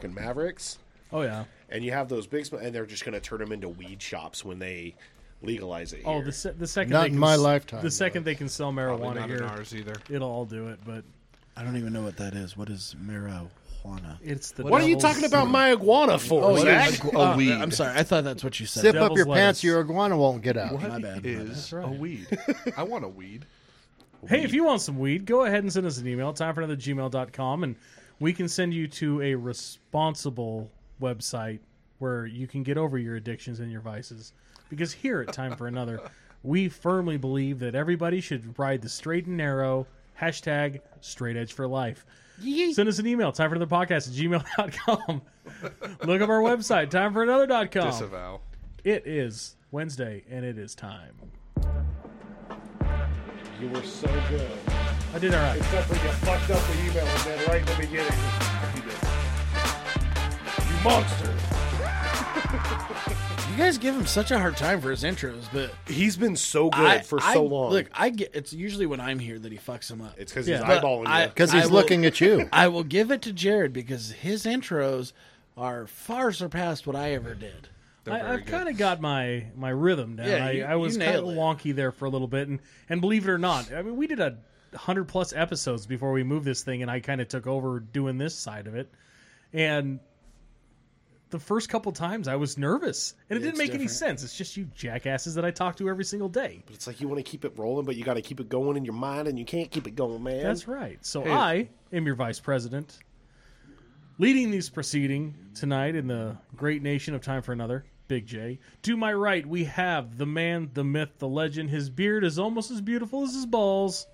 fucking Mavericks, Oh yeah. and you have those big, sm- and they're just going to turn them into weed shops when they legalize it. Oh, here. the se- the second Not they in can my s- lifetime, The no. second they can sell Probably marijuana not in here, ours either. it'll all do it. But I don't even know what that is. What is marijuana? it's the. What are you devil's- talking about my iguana for, Oh, yeah, Zach? ig- a weed. I'm sorry. I thought that's what you said. Zip up Devil's your lettuce. pants, your iguana won't get out. My bad, my is bad. a weed? I want a weed. Hey, if you want some weed, go ahead and send us an email. Time for another gmail.com, and we can send you to a responsible website where you can get over your addictions and your vices. Because here at Time for Another, we firmly believe that everybody should ride the straight and narrow. Hashtag straight edge for life. Send us an email, time for another podcast at gmail.com. Look up our website, time for another.com. Disavow. It is Wednesday and it is time. You were so good. I did all right. Except when you fucked up the email again right in the beginning. You did. You monster. You guys give him such a hard time for his intros, but He's been so good I- for so I- long. Look, I get it's usually when I'm here that he fucks him up. it's because Yeah. he's But eyeballing I- you. Because I he's will- looking at you. I will give it to Jared because his intros are far surpassed what I ever did. They're I, very I've good. kind of got my my rhythm down. Yeah, I, you- I was you kind of nail it. wonky there for a little bit, and and believe it or not, I mean, we did a hundred plus episodes before we moved this thing, and I kind of took over doing this side of it, and the first couple times I was nervous, and it didn't It's make any different. sense. It's just you jackasses that I talk to every single day. It's like you want to keep it rolling, but you got to keep it going in your mind, and you can't keep it going, man. That's right. So I am your vice president, leading these proceeding tonight in the great nation of Time for Another. Big J. To my right, we have the man, the myth, the legend. His beard is almost as beautiful as his balls.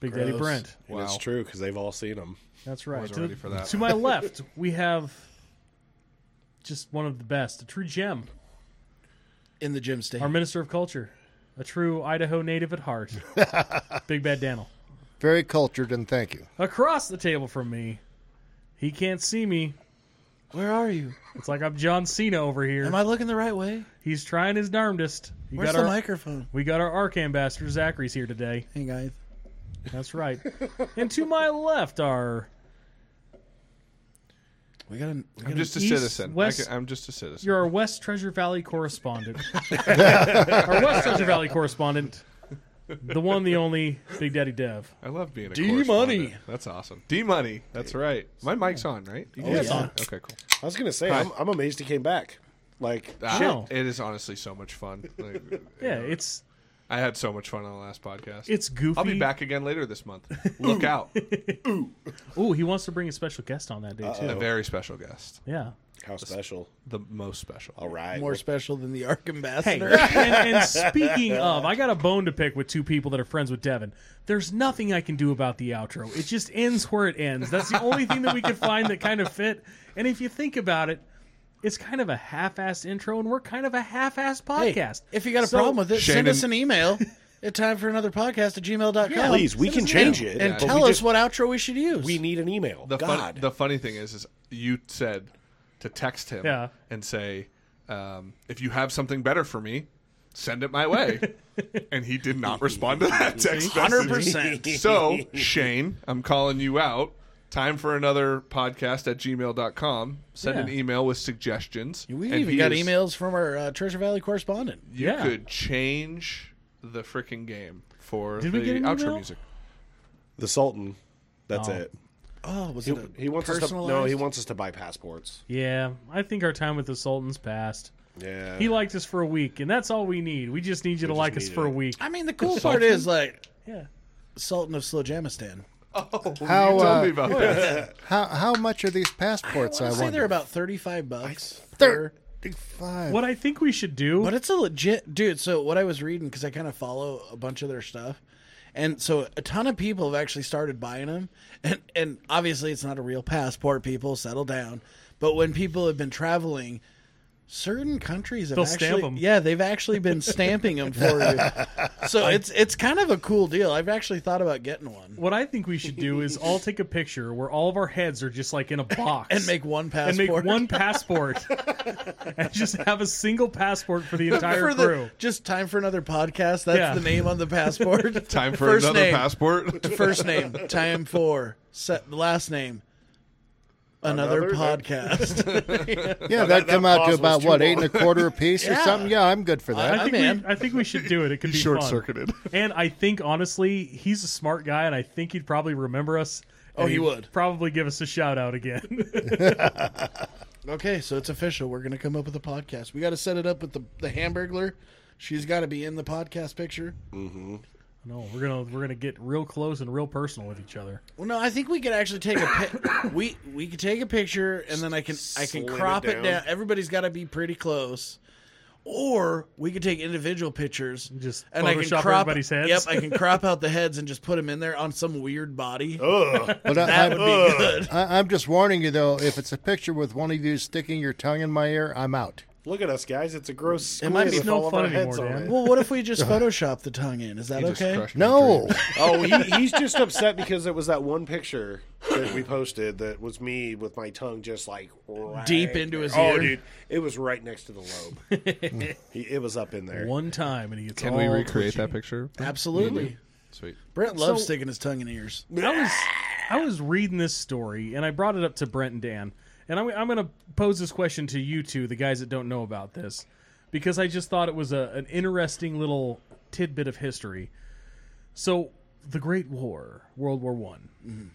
Big Daddy Gross. Brent. And Wow. it's true because they've all seen him. That's right. Wasn't To, ready for that. to my left, we have just one of the best, a true gem, In the gym state. our minister of culture, a true Idaho native at heart, Big Bad Daniel. Very cultured, and thank you. Across the table from me, he can't see me, Where are you? It's like I'm John Cena over here. Am I looking the right way? He's trying his darndest. You Where's got the our, microphone? We got our Arc Ambassador Zachary's here today. Hey guys. That's right. and to my left are We got to I'm just a East, citizen. I West- can- I'm just a citizen. you're our West Treasure Valley correspondent. our West Treasure Valley correspondent. The one, the only Big Daddy Dev. I love being a D correspondent. Money. That's awesome. D money. That's right. My mic's on, right? You Oh, yeah. it's on. Okay, cool. I was gonna say, I'm, I'm amazed he came back. Like, Ah, know. It is honestly so much fun. Like, Yeah, it's I had so much fun on the last podcast. it's goofy. I'll be back again later this month. Look out. Ooh, he wants to bring a special guest on that day too. A very special guest. Yeah. how special! The most special. All right, more special than the Ark Hey, Ambassador. and, and speaking of, I got a bone to pick with two people that are friends with Devin. There's nothing I can do about the outro. It just ends where it ends. That's the only thing that we could find that kind of fit. And if you think about it, it's kind of a half-assed intro, and we're kind of a half-assed Hey, podcast. if you got a So- problem with it, Shannon- send us an email at time for another podcast at gmail.com. Yeah, please, we can change it And but we tell us just- what outro we should use. we need an email. The God, fun, the funny thing is, is you said to text him Yeah. and say, um, if you have something better for me, send it my way. and he did not respond to that text message. 100%. So Shane, I'm calling you out. Time for another podcast at gmail.com. Send an Yeah. email with suggestions. we And even he got is- emails from our uh, Treasure Valley correspondent. You Yeah. could change the freaking game for Did the we get an outro email? music. the Sultan. That's Oh. it. Oh, was He, it a he wants us to. No, personalized? he wants us to buy passports. yeah, I think our time with the Sultan's passed. Yeah, He liked us for a week, and that's all we need. We just need you to just like us need for a it. week. I mean, the cool part is like Yeah. Sultan of Slojamistan. How, you tell uh, me Oh, about that. How how much are these passports? I, I say wonder. they're about thirty-five bucks. Thirty-five. What I think we should do. But it's a legit dude. So what I was reading because I kind of follow a bunch of their stuff, and so a ton of people have actually started buying them. And and obviously it's not a real passport. People settle down. But when people have been traveling, certain countries have They'll actually stamp 'em. yeah they've actually been stamping them for you. So it's it's kind of a cool deal. I've actually thought about getting one what I think we should do is all take a picture where all of our heads are just like in a box and make one and passport make one passport and just have a single passport for the entire for crew. the just time for another podcast. That's Yeah. the name on the passport. Time for First another name. passport. First name, time for set last name. another, Another- podcast. Yeah, that'd that come out pause to was about too what eight long. and a quarter a piece or Yeah. something. Yeah, I'm good for I that. I'm think, in. we, I think we should do it. It could be fun. short circuited. And I think honestly, he's a smart guy, and I think he'd probably remember us. Oh, and he he'd would. probably give us a shout out again. okay, so it's official. We're going to come up with a podcast. We got to set it up with the the Hamburglar. She's got to be in the podcast picture. no, we're gonna we're gonna get real close and real personal with each other. Well, no, I think we could actually take a pi- we we could take a picture and then I can I can Slam it crop it down. down. Everybody's got to be pretty close. Or we could take individual pictures, Just and I can Photoshop crop everybody's heads. Yep, I can crop out the heads and just put them in there on some weird body. Ugh. But I, that would I'm, be good. I, I'm just warning you though. If it's a picture with one of you sticking your tongue in my ear, I'm out. Look at us, guys. It's a gross squid might be with no all of fun our heads anymore, on Dan. it. Well, what if we just Photoshop the tongue in? Is that He just okay? crushed my No, dream. Oh, he, he's just upset because it was that one picture that we posted that was me with my tongue just like right Deep into his there. ear. Oh, dude, it was right next to the lobe. he, it was up in there. One time, and he gets Can all we recreate that picture? Absolutely. Sweet. Brent loves So- sticking his tongue in ears. I was I was reading this story and I brought it up to Brent and Dan, and I'm I'm gonna pose this question to you two, the guys that don't know about this, because I just thought it was a, an interesting little tidbit of history. So the Great War, World War One,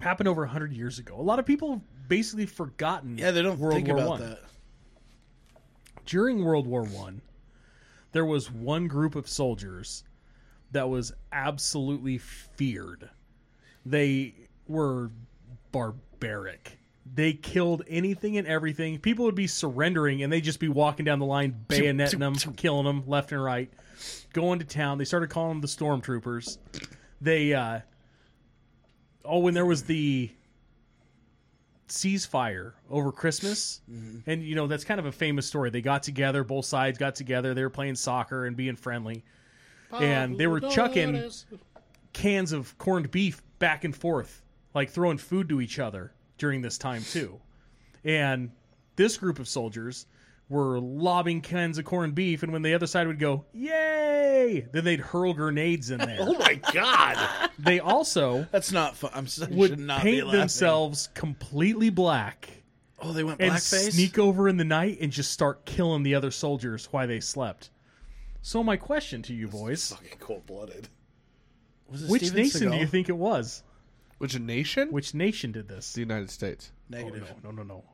happened over hundred years ago. A lot of people have basically forgotten. Yeah, they don't World think War about One. that. During World War One, there was one group of soldiers that was absolutely feared. They were barbaric. They killed anything and everything. People would be surrendering and they'd just be walking down the line, bayoneting them, killing them left and right, going to town. They started calling them the stormtroopers. They, uh, oh, when there was the ceasefire over Christmas, and you know, that's kind of a famous story. They got together, both sides got together, they were playing soccer and being friendly. And they were chucking cans of corned beef back and forth, like throwing food to each other during this time too. And this group of soldiers were lobbing cans of corned beef, and when the other side would go, "Yay!" then they'd hurl grenades in there. Oh my god! they also That's not fun. I'm, si should would not be paint laughing. themselves completely black Oh, they went and blackface. sneak over in the night and just start killing the other soldiers while they slept. So my question to you boys: Fucking cold blooded. Was it Which Steven nation do Seagal? you think it was? Which a nation? Which nation did this? the United States. Oh, Negative. no, no, no, no.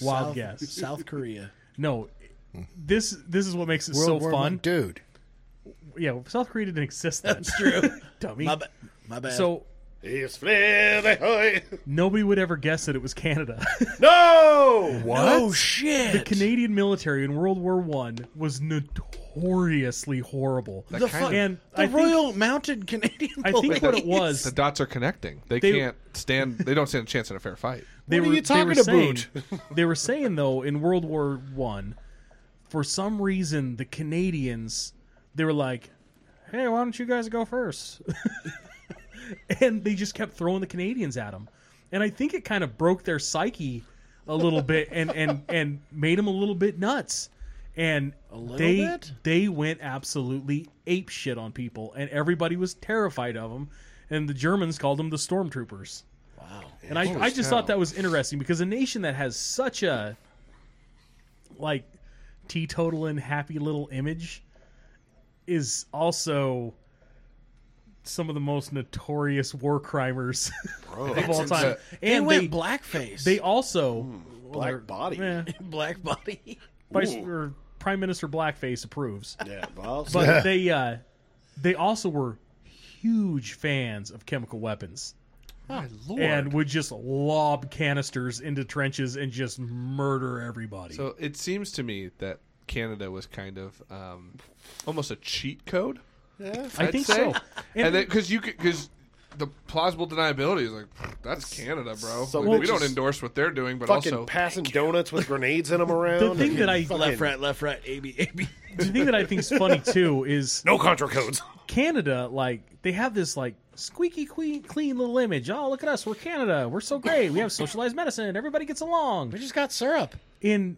Wild South, guess. South Korea. No, this this is what makes it so World War One, fun. dude. Yeah, South Korea didn't exist then. That's true. Dummy. my, ba- my bad. So It's Flair, ahoy. nobody would ever guess that it was Canada. No! oh shit! The Canadian military in World War One was notoriously horrible. That The kind fuck- of- and the I think- Royal Mounted Canadian. I think what Police. it was the dots are connecting. They, They- can't stand. They don't stand a chance in a fair fight. they What are were you they were talking saying, they were saying though in World War One, for some reason the Canadians they were like, "Hey, why don't you guys go first? and they just kept throwing the Canadians at them, and I think it kind of broke their psyche a little bit and and and made them a little bit nuts. And little they bit? they went absolutely ape shit on people, and everybody was terrified of them. And the Germans called them the stormtroopers. And I, I just cow. thought that was interesting because a nation that has such a like teetotal and happy little image is also some of the most notorious war crimers of all time. They and went they, blackface. they also well, Hmm, Black they're- body. eh, black body. Vice- or Prime Minister Blackface approves. Yeah, well, But they uh, they also were huge fans of chemical weapons. My lord. and would just lob canisters into trenches and just murder everybody. so it seems to me that Canada was kind of um, almost a cheat code. I I'd think say. so. And, and then because you because the plausible deniability is like that's Canada, bro. So Like, we'll we don't just endorse what they're doing, but fucking also passing donuts with grenades in them around. the thing that I Left, right, left, right. A B A B. the thing that I think is funny too is No contra codes. Canada. Like they have this like squeaky clean, clean little image. Oh, look at us! We're Canada. We're so great. We have socialized medicine. Everybody gets along. We just got syrup. in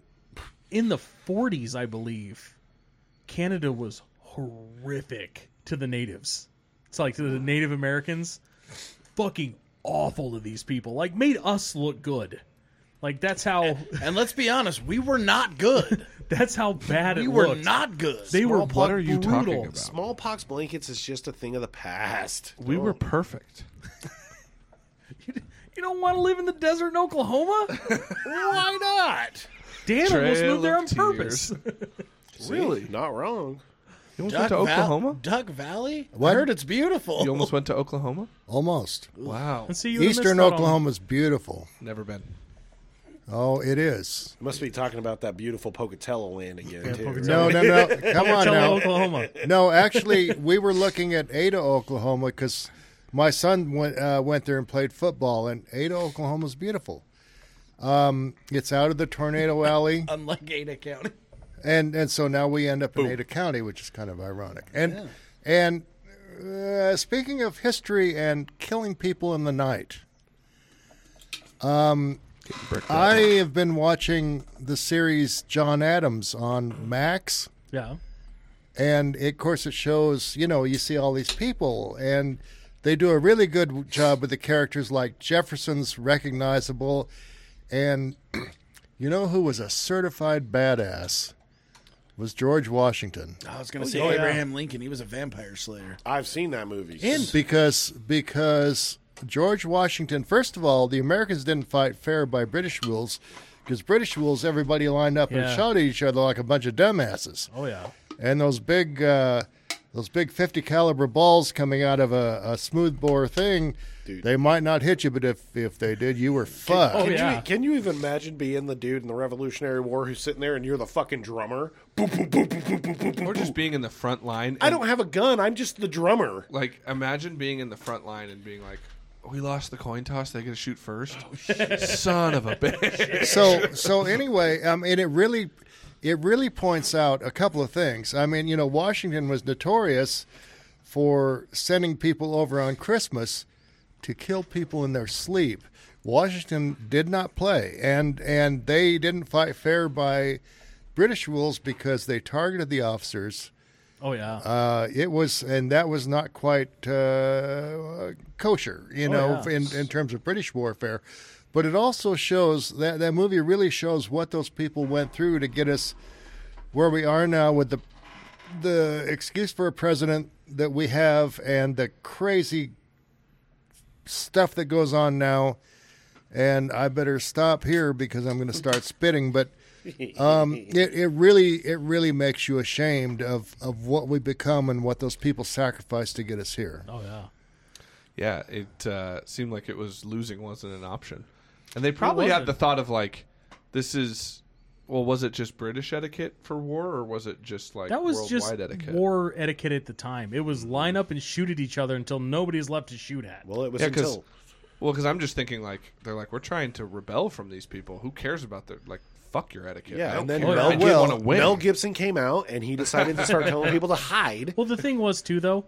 in the 40s i believe canada was horrific to the natives it's like to the native americans fucking awful to these people. Like made us look good. Like that's how And let's be honest, we were not good. that's how bad it We were looked. not good. They were Well, what are you brutal. talking about? Smallpox blankets is just a thing of the past. We were perfect. You don't want to live in the desert in Oklahoma? Why not? The animals Trail moved there of on purpose. Really? Not wrong. You almost Duck went to Val- Oklahoma? Duck Valley? What? I heard it's beautiful. You almost went to Oklahoma? Almost. Wow. And see, you would've Eastern missed out on- Oklahoma's beautiful. Never been. Oh, it is. Must be talking about that beautiful Pocatello land again. too, Pocatello. right? No, no, no. Come on Tell me now. Oklahoma. No, actually, we were looking at Ada, Oklahoma, because my son went uh, went there and played football, and Ada, Oklahoma's beautiful. Um, it's out of the tornado alley, Unlike Ada County. and and so now we end up in Ada County, which is kind of ironic. And and uh, speaking of history and killing people in the night, um, Brick I have been watching the series John Adams on Max. Yeah. and it, of course it shows you know you see all these people and they do a really good job with the characters like jefferson's recognizable and you know who was a certified badass was george washington I was going to say Abraham Lincoln. He was a vampire slayer. I've seen that movie. because because george washington first of all the americans didn't fight fair by british rules because british rules everybody lined up and Yeah. shot at each other like a bunch of dumbasses Oh yeah. and those big uh, those big 50 caliber balls coming out of a, a smoothbore thing they might not hit you but if if they did you were fucked Oh, Can, yeah. you, can you even imagine being the dude in the Revolutionary War who's sitting there and you're the fucking drummer? Boop, boop, boop, boop, boop, boop, boop, boop. Or just being in the front line. I and, don't have a gun. I'm just the drummer. like imagine being in the front line and being like, "Oh, "We lost the coin toss. They get to shoot first. Son of a bitch." so so anyway um and it really it really points out a couple of things i mean you know washington was notorious for sending people over on christmas to kill people in their sleep washington did not play and and they didn't fight fair by british rules because they targeted the officers Oh yeah. Uh, it was, and that was not quite uh, kosher, you know, yeah. in, in terms of British warfare. But it also shows that that movie really shows what those people went through to get us where we are now with the the excuse for a president that we have and the crazy stuff that goes on now. And I better stop here because I'm going to start spitting. But um, it, it really it really makes you ashamed of, of what we become and what those people sacrificed to get us here. oh yeah. yeah, it uh, seemed like it was losing wasn't an option, and they probably had wasn't? the thought of like, "This is." Well, was it just British etiquette for war, or was it just like That was worldwide just etiquette? war etiquette at the time. It was line up and shoot at each other until nobody's left to shoot at. Well, it was Yeah, 'cause- until Well, because I'm just thinking like they're like we're trying to rebel from these people. Who cares about their like fuck your etiquette? I yeah, don't and then care. Mel, I Well, want to win. Mel Gibson came out and he decided to start telling people to hide. Well, the thing was too though,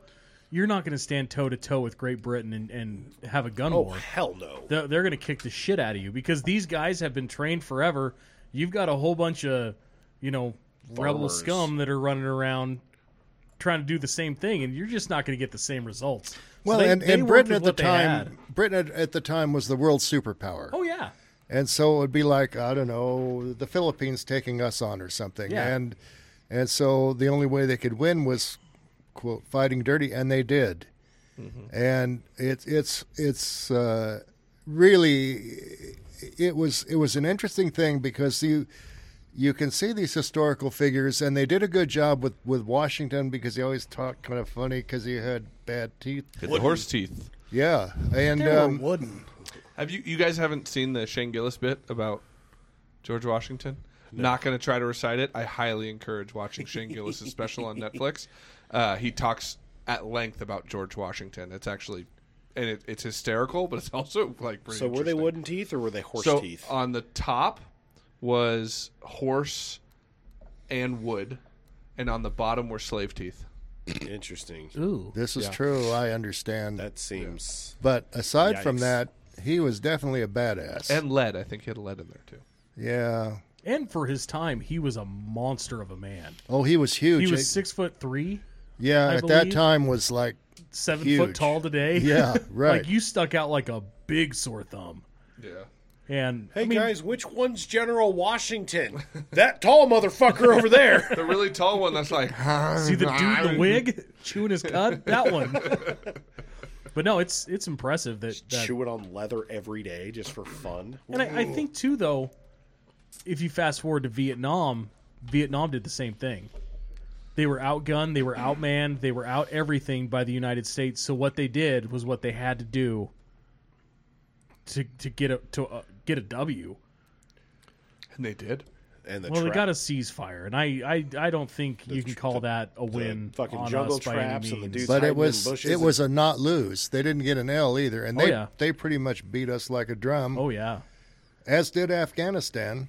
you're not going to stand toe to toe with Great Britain and, and have a gun Oh war. hell no! They're, they're going to kick the shit out of you because these guys have been trained forever. You've got a whole bunch of, you know, rebel Farmers. scum that are running around trying to do the same thing, and you're just not going to get the same results. So Well, they- and, they and worked Britain at with the what they had. time, Britain at, at the time was the world superpower, Oh yeah. and so it would be like I don't know the Philippines taking us on or something, Yeah. and and so the only way they could win was quote fighting dirty, and they did, and it's it's it's uh, really it was it was an interesting thing because you you can see these historical figures, and they did a good job with with Washington because he always talked kind of funny because he had bad teeth. Hit the horse teeth. Yeah, and They um, were wooden. Have you you guys haven't seen the Shane Gillis bit about George Washington? Not going to try to recite it. I highly encourage watching Shane Gillis' special on Netflix. Uh, he talks at length about George Washington. It's actually and it, it's hysterical, but it's also like pretty So were they interesting. wooden teeth or were they horse So teeth? uh, on the top was horse and wood, and on the bottom were slave teeth. Interesting. Ooh. this is true. I understand. That seems. But aside from Yikes. that, he was definitely a badass. And lead. I think he had lead in there too. yeah. And for his time, he was a monster of a man. Oh, he was huge. He Eh, was six foot three. Yeah, I at that believe. time was like, seven Huge. foot tall today. yeah, right. like you stuck out like a big sore thumb. Yeah. And Hey I mean, guys, which one's General Washington? that tall motherfucker over there. The really tall one that's like, see the dude in the wig chewing his cud. That one. but no, it's it's impressive that, that Chew it on leather every day just for fun. And I, I think too, though, if you fast forward to Vietnam, Vietnam did the same thing. They were outgunned, they were outmanned, they were out everything by the United States. So what they did was what they had to do to to get a to uh, get a W. And they did. And the Well, trap, they got a ceasefire, and I I, I don't think you can call that a the win. fucking on jungle us by any traps and the means. dudes. but hiding it in was bushes it and- was a not lose. They didn't get an L either, and Oh, they yeah. they pretty much beat us like a drum, Oh yeah, as did Afghanistan.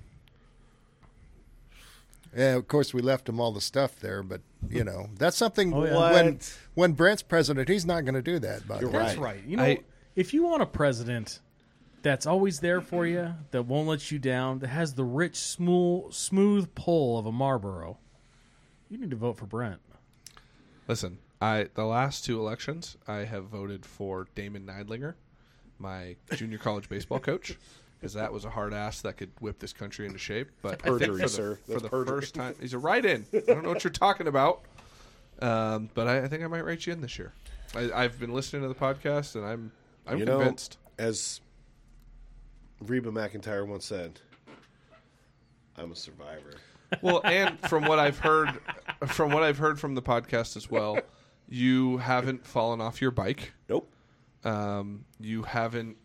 Yeah, of course we left them all the stuff there, but you know that's something. Oh, yeah. When What? when Brent's president, he's not going to do that. By the You're way, that's Right. right. You know, I- if you want a president that's always there for you, that won't let you down, that has the rich, smooth, smooth pull of a Marlboro, you need to vote for Brent. Listen, I the last two elections, I have voted for Damon Neidlinger, my junior college baseball coach, because that was a hard ass that could whip this country into shape. But I think Perjury, for the, sir. For That's the perjury. first time, he's a write-in. I don't know what you're talking about, um, but I, I think I might write you in this year. I, I've been listening to the podcast, and I'm I'm you know, convinced. as Reba McIntyre once said, "I'm a survivor." Well, and from what I've heard, from what I've heard from the podcast as well, you haven't fallen off your bike. Nope. um, you haven't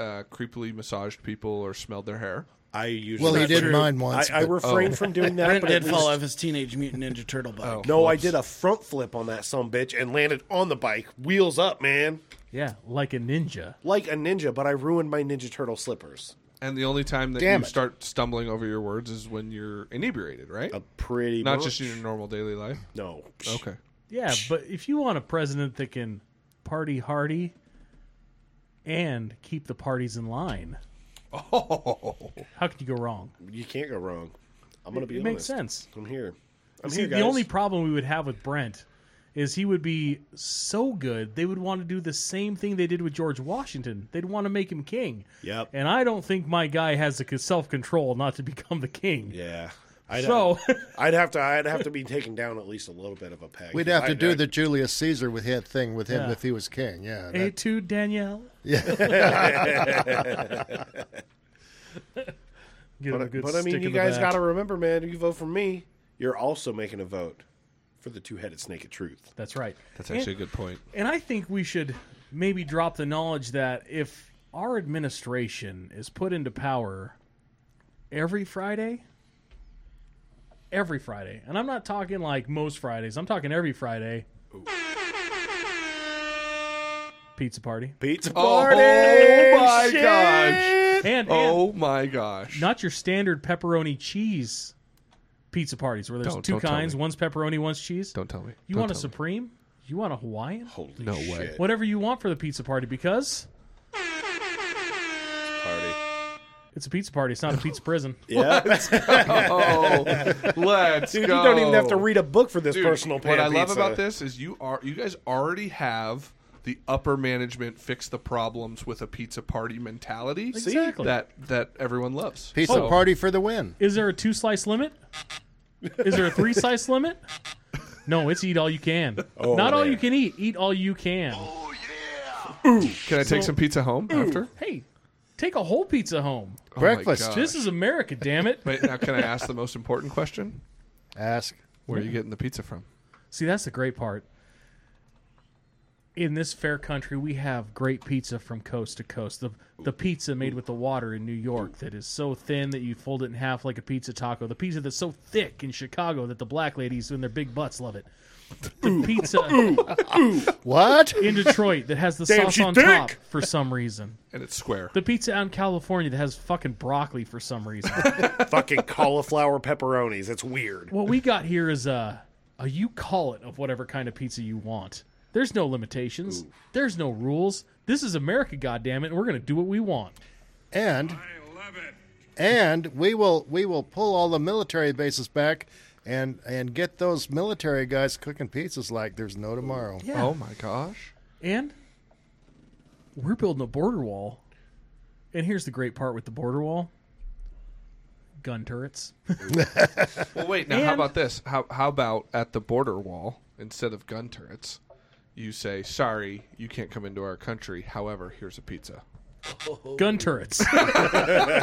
uh, creepily massaged people or smelled their hair. I usually Well, he That's did true. mine once, I, I but- refrained Oh. from doing that. Brent but at did fall least- off his Teenage Mutant Ninja Turtle bike. Oh. No, I did a front flip on that some bitch and landed on the bike, wheels up, man, Yeah, like a ninja. like a ninja. But I ruined my Ninja Turtle slippers. And the only time that Damn you it. start stumbling over your words is when you're inebriated, right? A pretty Not much. just in your normal daily life. no. Okay. Yeah, but if you want a president that can party hardy and keep the parties in line, Oh, how can you go wrong? You can't go wrong. I'm gonna be it honest. makes sense. I'm here. I'm See, here, guys. the only problem we would have with Brent is he would be so good they would want to do the same thing they did with George Washington. They'd want to make him king. Yep. And I don't think my guy has the self control not to become the king. yeah. I'd So I'd have to. I'd have to be taken down at least a little bit of a peg. We'd have I- to do I- the Julius Caesar with hit thing with him Yeah. if he was king. Yeah, A that- two Danielle. yeah. Give him a But, good but I mean, stick you in the guys back. got to remember, man. You vote for me, you're also making a vote for the two-headed snake of truth. That's right. that's And- actually a good point. And I think we should maybe drop the knowledge that if our administration is put into power every Friday, every Friday, and I'm not talking like most Fridays, I'm talking every Friday. Pizza party. Pizza Oh party. my Shit! gosh! And, and Oh my gosh! not your standard pepperoni cheese pizza parties where there's Don't- two don't tell kinds me. one's pepperoni, one's cheese. Don't tell me. you Don't want a tell me. supreme? You want a Hawaiian? Holy No way. shit! Whatever you want for the pizza party because. Party. It's a pizza party. It's not a pizza prison. Yeah. Oh, let's Dude, go. you don't even have to read a book for this Dude, personal uh, pan What I love pizza. about this is you are you guys already have the upper management fix the problems with a pizza party mentality Exactly. that that everyone loves. Pizza oh. So- party for the win. Is there a two slice limit? Is there a three slice limit? No, it's eat all you can. Oh, Not all man. you can eat. Eat all you can. Can I take some pizza home after? Hey, take a whole pizza home. Oh my Breakfast. gosh. This is America, damn it. Wait, now can I ask the most important question? Ask. Where are you getting the pizza from? See, that's the great part. In this fair country, we have great pizza from coast to coast. The the pizza made with the water in New York that is so thin that you fold it in half like a pizza taco. The pizza that's so thick in Chicago that the black ladies in their big butts love it. The pizza What? in Detroit that has the Damn, sauce she's on thick! top for some reason. And it's square. The pizza out in California that has fucking broccoli for some reason. Fucking cauliflower pepperonis. It's weird. what we got here is a, a you call it of whatever kind of pizza you want. There's no limitations. There's no rules. This is America, goddammit, and we're gonna do what we want. And and we will we will pull all the military bases back and and get those military guys cooking pizzas like there's no tomorrow. Yeah. Oh my gosh. And we're building a border wall. And here's the great part with the border wall gun turrets. Well, wait. Now, how And- about this? How how about at the border wall instead of gun turrets, you say, "Sorry, you can't come into our country. However, here's a pizza." Oh. Gun turrets.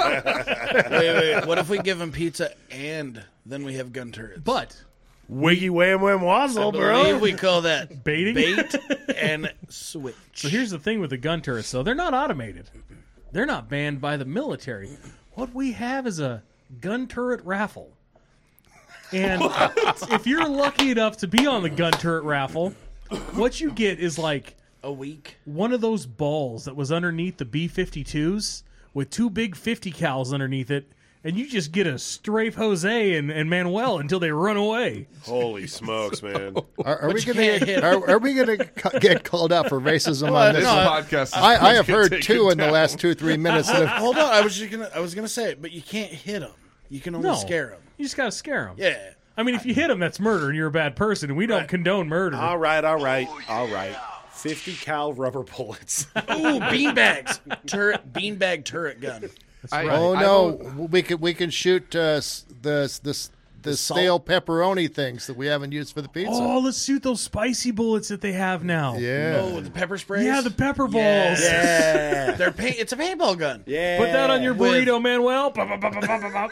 Wait, wait, what if we give them pizza and then we have gun turrets? But Wiggy wham wham wazzle, Believe bro. we call that Baiting? bait and switch. So here's the thing with the gun turrets, though. They're not automated. They're not banned by the military. What we have is a gun turret raffle. And if you're lucky enough to be on the gun turret raffle, what you get is like a week. one of those balls that was underneath the B 52s with two big 50 cals underneath it. And you just get a strafe Jose and, and Manuel until they run away. Holy smokes, man! Are, are we you gonna can't hit. are, are we gonna ca- get called out for racism on this? This one? podcast. Is I, I have heard taken two in the down. last two three minutes. That have, Hold on, I was just gonna, I was gonna say it, but you can't hit them. You can only No. scare them. You just got to scare them. Yeah. I mean, if you hit them, that's murder and you're a bad person. And we don't condone murder. All right, all right, all right. Fifty cal rubber bullets. Ooh, beanbags turret, beanbag turret gun. I- oh I no, vote- we can we can shoot uh, s- the the the stale pepperoni things that we haven't used for the pizza. Oh, let's shoot those spicy bullets that they have now. yeah, Oh, the pepper sprays. Yeah, the pepper balls. Yes. yeah, They're paint. It's a paintball gun. yeah. Put that on your With- burrito, Manuel. Ba, ba, ba, ba, ba, ba, ba.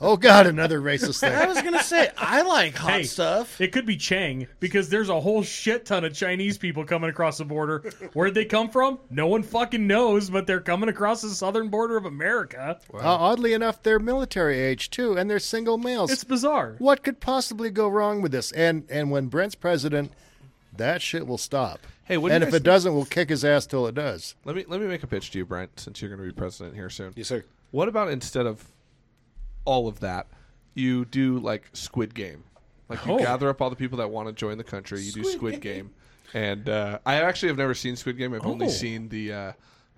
oh god, another racist thing. I was gonna say I like hot Hey. stuff. It could be Chang because there's a whole shit ton of Chinese people coming across the border. Where'd they come from? No one fucking knows, but they're coming across the southern border of America. Uh, oddly enough, they're military age too, and they're single males. It's bizarre. what could possibly go wrong with this? And and when Brent's president, that shit will stop. Hey, what do and you if guys- it doesn't, we'll kick his ass till it does. Let me let me make a pitch to you, Brent, since you're going to be president here soon. Yes, sir. What about instead of all of that, you do like Squid Game? Like you Oh. gather up all the people that want to join the country. You do Squid Game, and uh, I actually have never seen Squid Game. I've only Oh. seen the uh,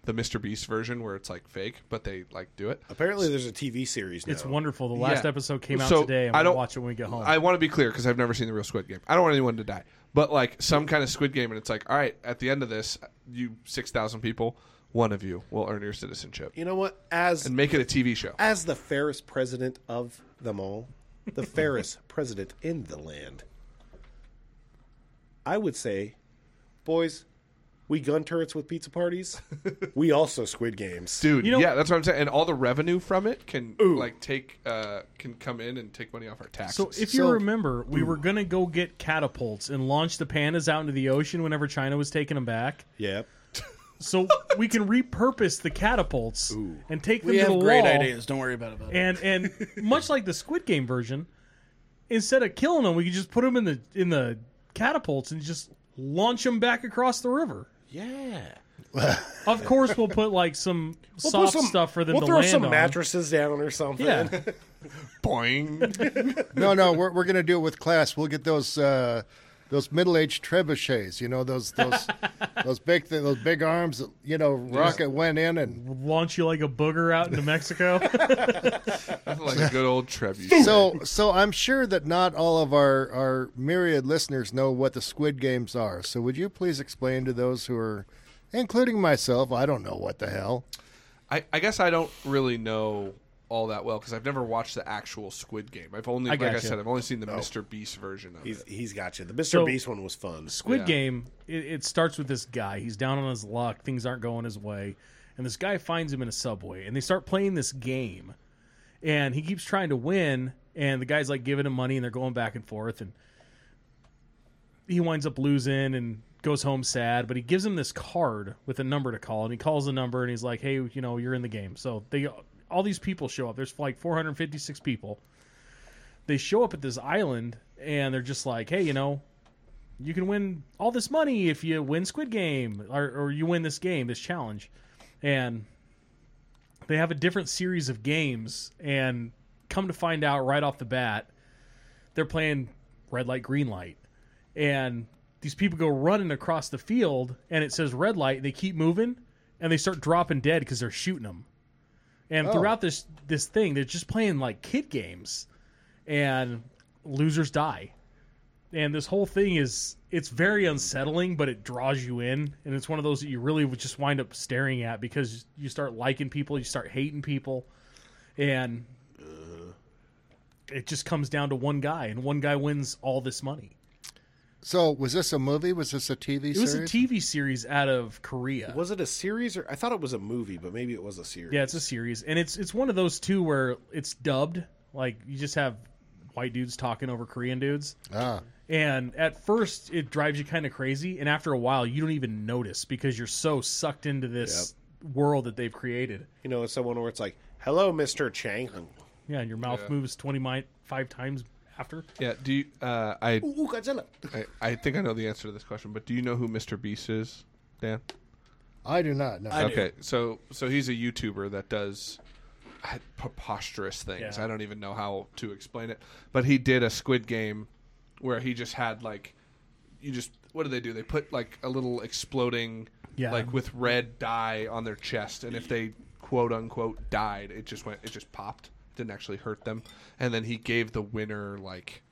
the Mr. Beast version where it's like fake, but they like do it. Apparently, there's a TV series now. It's wonderful. The last Yeah. episode came out So, today. I'm I going to don't- watch it when we get home. I want to be clear because I've never seen the real Squid Game. I don't want anyone to die, but like some kind of Squid Game, and it's like, all right, at the end of this, you six thousand people, one of you will earn your citizenship You know what? As and make it a TV show. as the fairest president of them all, the fairest president in the land, I would say, boys, we gun turrets with pizza parties. we also squid games. dude. You know- yeah, that's what I'm saying. And all the revenue from it can like take uh, can come in and take money off our taxes. So if you remember, we were gonna go get catapults and launch the pandas out into the ocean whenever China was taking them back. Yep. So we can repurpose the catapults and take them We to have the great wall. ideas. Don't worry about it. bud. And and much like the Squid Game version, instead of killing them, we could just put them in the in the catapults and just launch them back across the river. Yeah. Of course, we'll put like some soft stuff for them We'll to throw land some on. mattresses down or something. Yeah, boing, No, no, we're we're gonna do it with class. We'll get those uh, those middle aged trebuchets. You know those those those big th- those big arms. That, you know, rocket went in and launch you like a booger out into Mexico. Nothing like a good old trebuchet. so so. I'm sure that not all of our our myriad listeners know what the Squid Games are. So would you please explain to those who are, including myself, I don't know what the hell. I, I guess I don't really know all that well because I've never watched the actual Squid Game. I've only, like I gotcha. said, I've only seen the Mr. Beast version of He's, it. he's got you. The Mr. Beast one was fun. Squid Yeah. Game, it, it starts with this guy. He's down on his luck. Things aren't going his way. And this guy finds him in a subway and they start playing this game. And he keeps trying to win. And the guy's like giving him money and they're going back and forth. And he winds up losing and goes home sad. But he gives him this card with a number to call. And he calls the number and he's like, hey, you know, you're in the game. So they all these people show up. There's like 456 people. They show up at this island and they're just like, hey, you know, you can win all this money if you win Squid Game or, or you win this game, this challenge. And they have a different series of games. And come to find out right off the bat, they're playing red light, green light. And these people go running across the field and it says red light. They keep moving and they start dropping dead because they're shooting them. And throughout this this thing, they're just playing like kid games. And losers die. And this whole thing is it's very unsettling, but it draws you in, and it's one of those that you really would just wind up staring at because you start liking people, you start hating people, and it just comes down to one guy, and one guy wins all this money. So was this a movie? Was this a TV It was series? a TV series out of Korea. Was it a series or I thought it was a movie, but maybe it was a series. Yeah, it's a series, and it's it's one of those two where it's dubbed. Like you just have white dudes talking over Korean dudes, ah, and at first it drives you kind of crazy, and after a while you don't even notice because you're so sucked into this world that they've created. You know, it's the one where it's like, "Hello, Mister Chang." Yeah, and your mouth Yeah. moves twenty mi- five times after. Yeah. Do you? Uh, I, Ooh, Godzilla. I I think I know the answer to this question, but do you know who Mr. Beast is, Dan? I do not know. I do. okay, so so he's a YouTuber that does uh, preposterous things. Yeah. I don't even know how to explain it, but he did a Squid Game where he just had like you just what do they do? They put like a little exploding Yeah. like with red dye on their chest, and if they quote unquote died, it just went it just popped. didn't actually hurt them, and then he gave the winner like.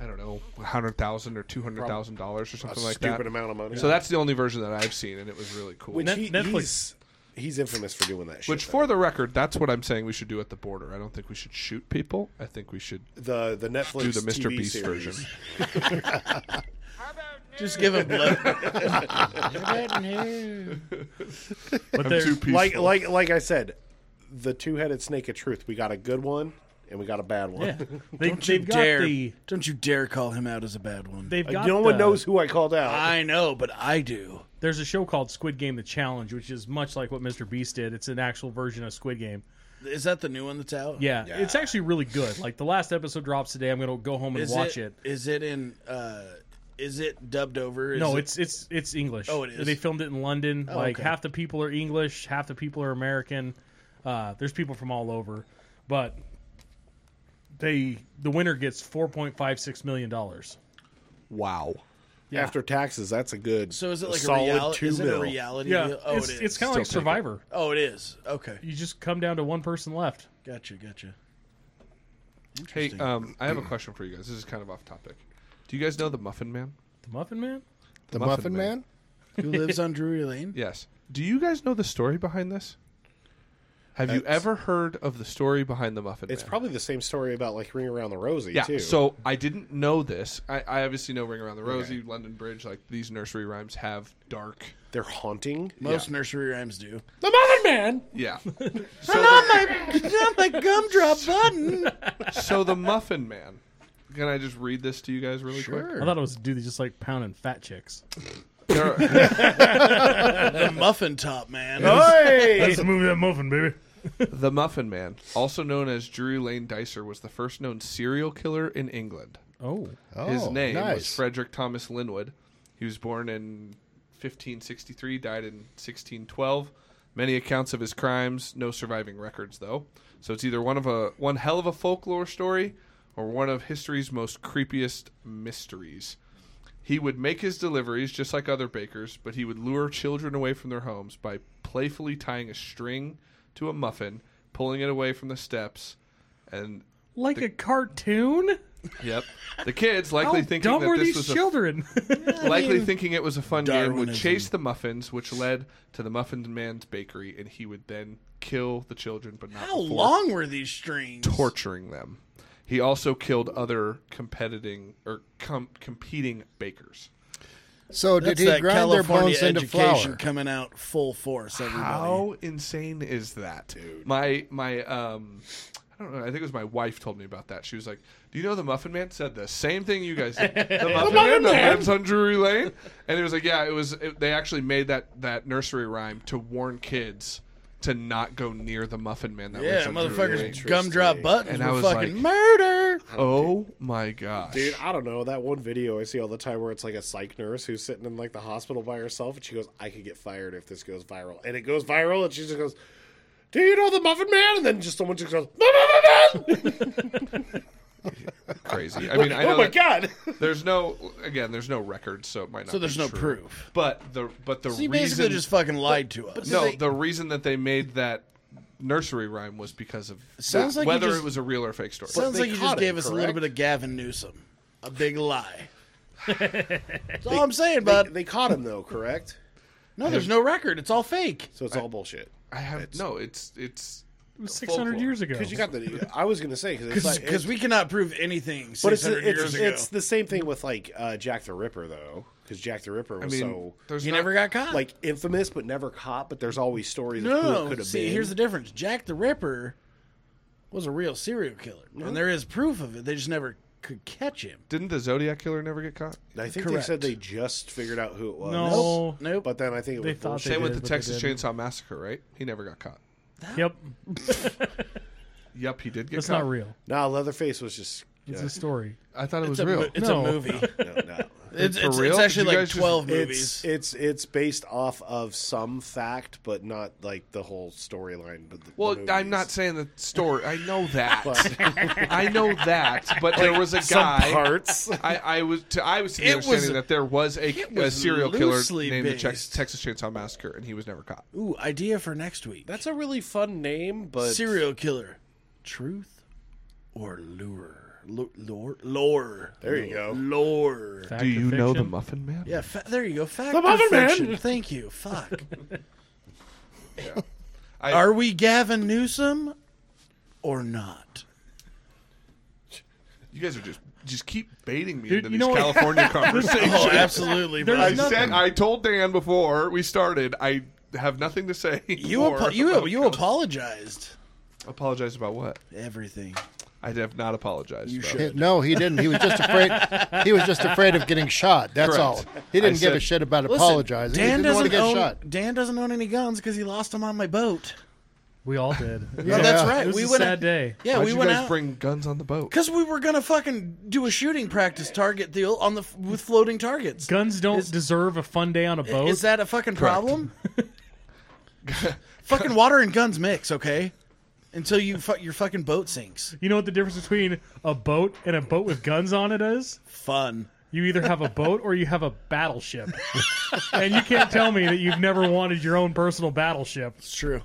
I don't know, hundred thousand or two hundred thousand dollars or something like that. stupid amount of money. So that's the only version that I've seen, and it was really cool. Which Net- he, he's Netflix- he's infamous for doing that shit. Which, uh, though. for the record, that's what I'm saying we should do at the border. I don't think we should shoot people. I think we should the the Netflix do the Mr. TV Beast series. version. Just give him blood. But they're too- Like Peaceful. like like I said, the two-headed snake of truth. We got a good one and we got a bad one. yeah, they, Don't you they've got dare! the Don't you dare call him out as a bad one. they've got Uh, no one the- knows who I called out. I know, but I do. There's a show called Squid Game: The Challenge, which is much like what Mr. Beast did. It's an actual version of Squid Game. Is that the new one that's out? Yeah, it's actually really good. Like the last episode drops today. I'm gonna go home and Is watch it. it, Is it in? uh Is it dubbed over? Is No, it- it's it's it's English. Oh, it is? Oh, They filmed it in London. like okay. half the people are English, half the people are American. Uh, there's people from all over, but they the winner gets 4.56 million dollars. Wow. After taxes, that's a good. So is it like a, solid reality? two Is it mil? a reality? Yeah, deal? Oh, it's it is. it's kind of like Still take it. Survivor. Oh, it is. Okay, You just come down to one person left. gotcha, gotcha. Hey, um, I have a question for you guys. This is kind of off topic. Do you guys know the Muffin Man? The Muffin Man. the Muffin Muffin Man. Man? Who lives on Drury Lane? Yes. Do you guys know the story behind this? Have you ever heard of the story behind the Muffin It's Man? probably the same story about like Ring Around the Rosie yeah. too. So I didn't know this. I, I obviously know Ring Around the Rosie, London Bridge. Like these nursery rhymes have dark. they're haunting. Most nursery rhymes do. The Muffin Man. Yeah. so, the, Not my gumdrop button. so the Muffin Man. Can I just read this to you guys really quick? I thought it was a dude that's just like pounding fat chicks. There- the muffin top man. Hey, Let's move that muffin, baby. The Muffin Man, also known as Drury Lane Dicer, was the first known serial killer in England. Oh, Oh, His name was nice. Frederick Thomas Linwood. He was born in 1563, died in 1612. Many accounts of his crimes, no surviving records though. So it's either one of a one hell of a folklore story or one of history's most creepiest mysteries. He would make his deliveries just like other bakers, but he would lure children away from their homes by playfully tying a string to a muffin, pulling it away from the steps, and like a cartoon. yep, the kids likely How thinking dumb that were this these was a children? likely thinking it was a fun game, would Darwinism. chase the muffins, which led to the Muffin Man's bakery, and he would then kill the children, but not How before long were these strings? torturing them. He also killed other competing or com- competing bakers. So did That's he that grind California their bones into education flour? coming out full force. Everybody. How insane is that, dude? My my um. I don't know. I think it was my wife told me about that. She was like, "Do you know the Muffin Man said the same thing you guys did? The Muffin Man that lives on Drury Lane." And it was like, "Yeah, it was." It, they actually made that that nursery rhyme to warn kids to not go near the Muffin Man that Yeah, lives on Drury Lane. motherfuckers, gumdrop buttons And were I was fucking like- murder. Oh my gosh! dude, I don't know that one video I see all the time where it's like a psych nurse who's sitting in like the hospital by herself, and she goes, "I could get fired if this goes viral," and it goes viral, and she just goes. Do you know the Muffin Man? And then just someone just goes, "The Muffin Man!" Crazy. I mean, I know Oh my that god! there's no again, there's no record, so it might not. So there's be no true. proof. But the but the So you reason basically just fucking lied to us. No, the reason that they made that nursery rhyme was because of Sounds that, like you whether just- it was a real or fake story. Sounds they like you just caught it, gave us a little correct? bit of Gavin Newsom, a big lie. That's all I'm saying, uh, bud. They, they caught him though, correct? no, there's no record. It's all fake. So it's all bullshit. I have no. It's it's It was 600 years ago. Because you got the. I was gonna say because it's like, Because it's- we cannot prove anything but it's 600 it's, years ago. it's the same thing with like uh, Jack the Ripper though, because Jack the Ripper I was mean, so there's he not- never got caught. like infamous but never caught. But there's always stories of who it no. could have See, been. here's the difference. Jack the Ripper was a real serial killer, and there is proof of it. They just never could catch him. Didn't the Zodiac killer never get caught? I think Correct. they said they just figured out who it was. no. Nope. But then I think it They was thought bullshit. they Same with did, the but they Texas didn't. Chainsaw Massacre, right? He never got caught. Yep. Yep, he did get That's caught. not real. Nah, Leatherface was just. It's yeah. a story. I thought it it's was a, real. mo- it's No. a movie. no, no. It's, For it's, real? it's Did actually you like guys just- 12 It's movies. it's it's based off of some fact, but not like the whole storyline. But the, Well, the movies. I'm not saying the story. I know that. But- I know that. But there was a some guy. parts. I, I was to, I was to the It understanding was- that there was a, it was a serial killer loosely named the Tex- based. Texas Chainsaw Massacre, and he was never caught. Ooh, idea for next week. That's a really fun name, but serial killer. Truth or lure? Lu- Lore? Lore. There you go. Lore. Fact or fiction? Muffin Man? Yeah, fa- there you go. Fact The or Muffin Man. fiction. Thank you. Fuck. I- Are we Gavin Newsom or not? You guys are just just keep baiting me Dude, into you these know what- California conversations. Oh, absolutely. There's bro. I said I told Dan before we started. I have nothing to say. you more apo- you about- you apologized. apologize about what? Everything. I have not apologized. You about. should. He- no, he didn't. He was just afraid. he was just afraid of getting shot. That's Correct. all. He didn't I give a said- shit about Listen, apologizing. he Dan didn't want to doesn't get own shot. Dan doesn't own any guns because he lost them on my boat. We all did. No, that's Yeah. right. It was we a went sad out- day. Yeah, Why'd we you went guys out bring guns on the boat? because we were gonna fucking do a shooting practice target deal on the f- with floating targets. Guns don't deserve a fun day on a boat. Is that a fucking problem? fucking water and guns mix, okay? Until you fu- your fucking boat sinks. you know what the difference between a boat and a boat with guns on it is? Fun. You either have a boat or you have a battleship. and you can't tell me that you've never wanted your own personal battleship. It's true.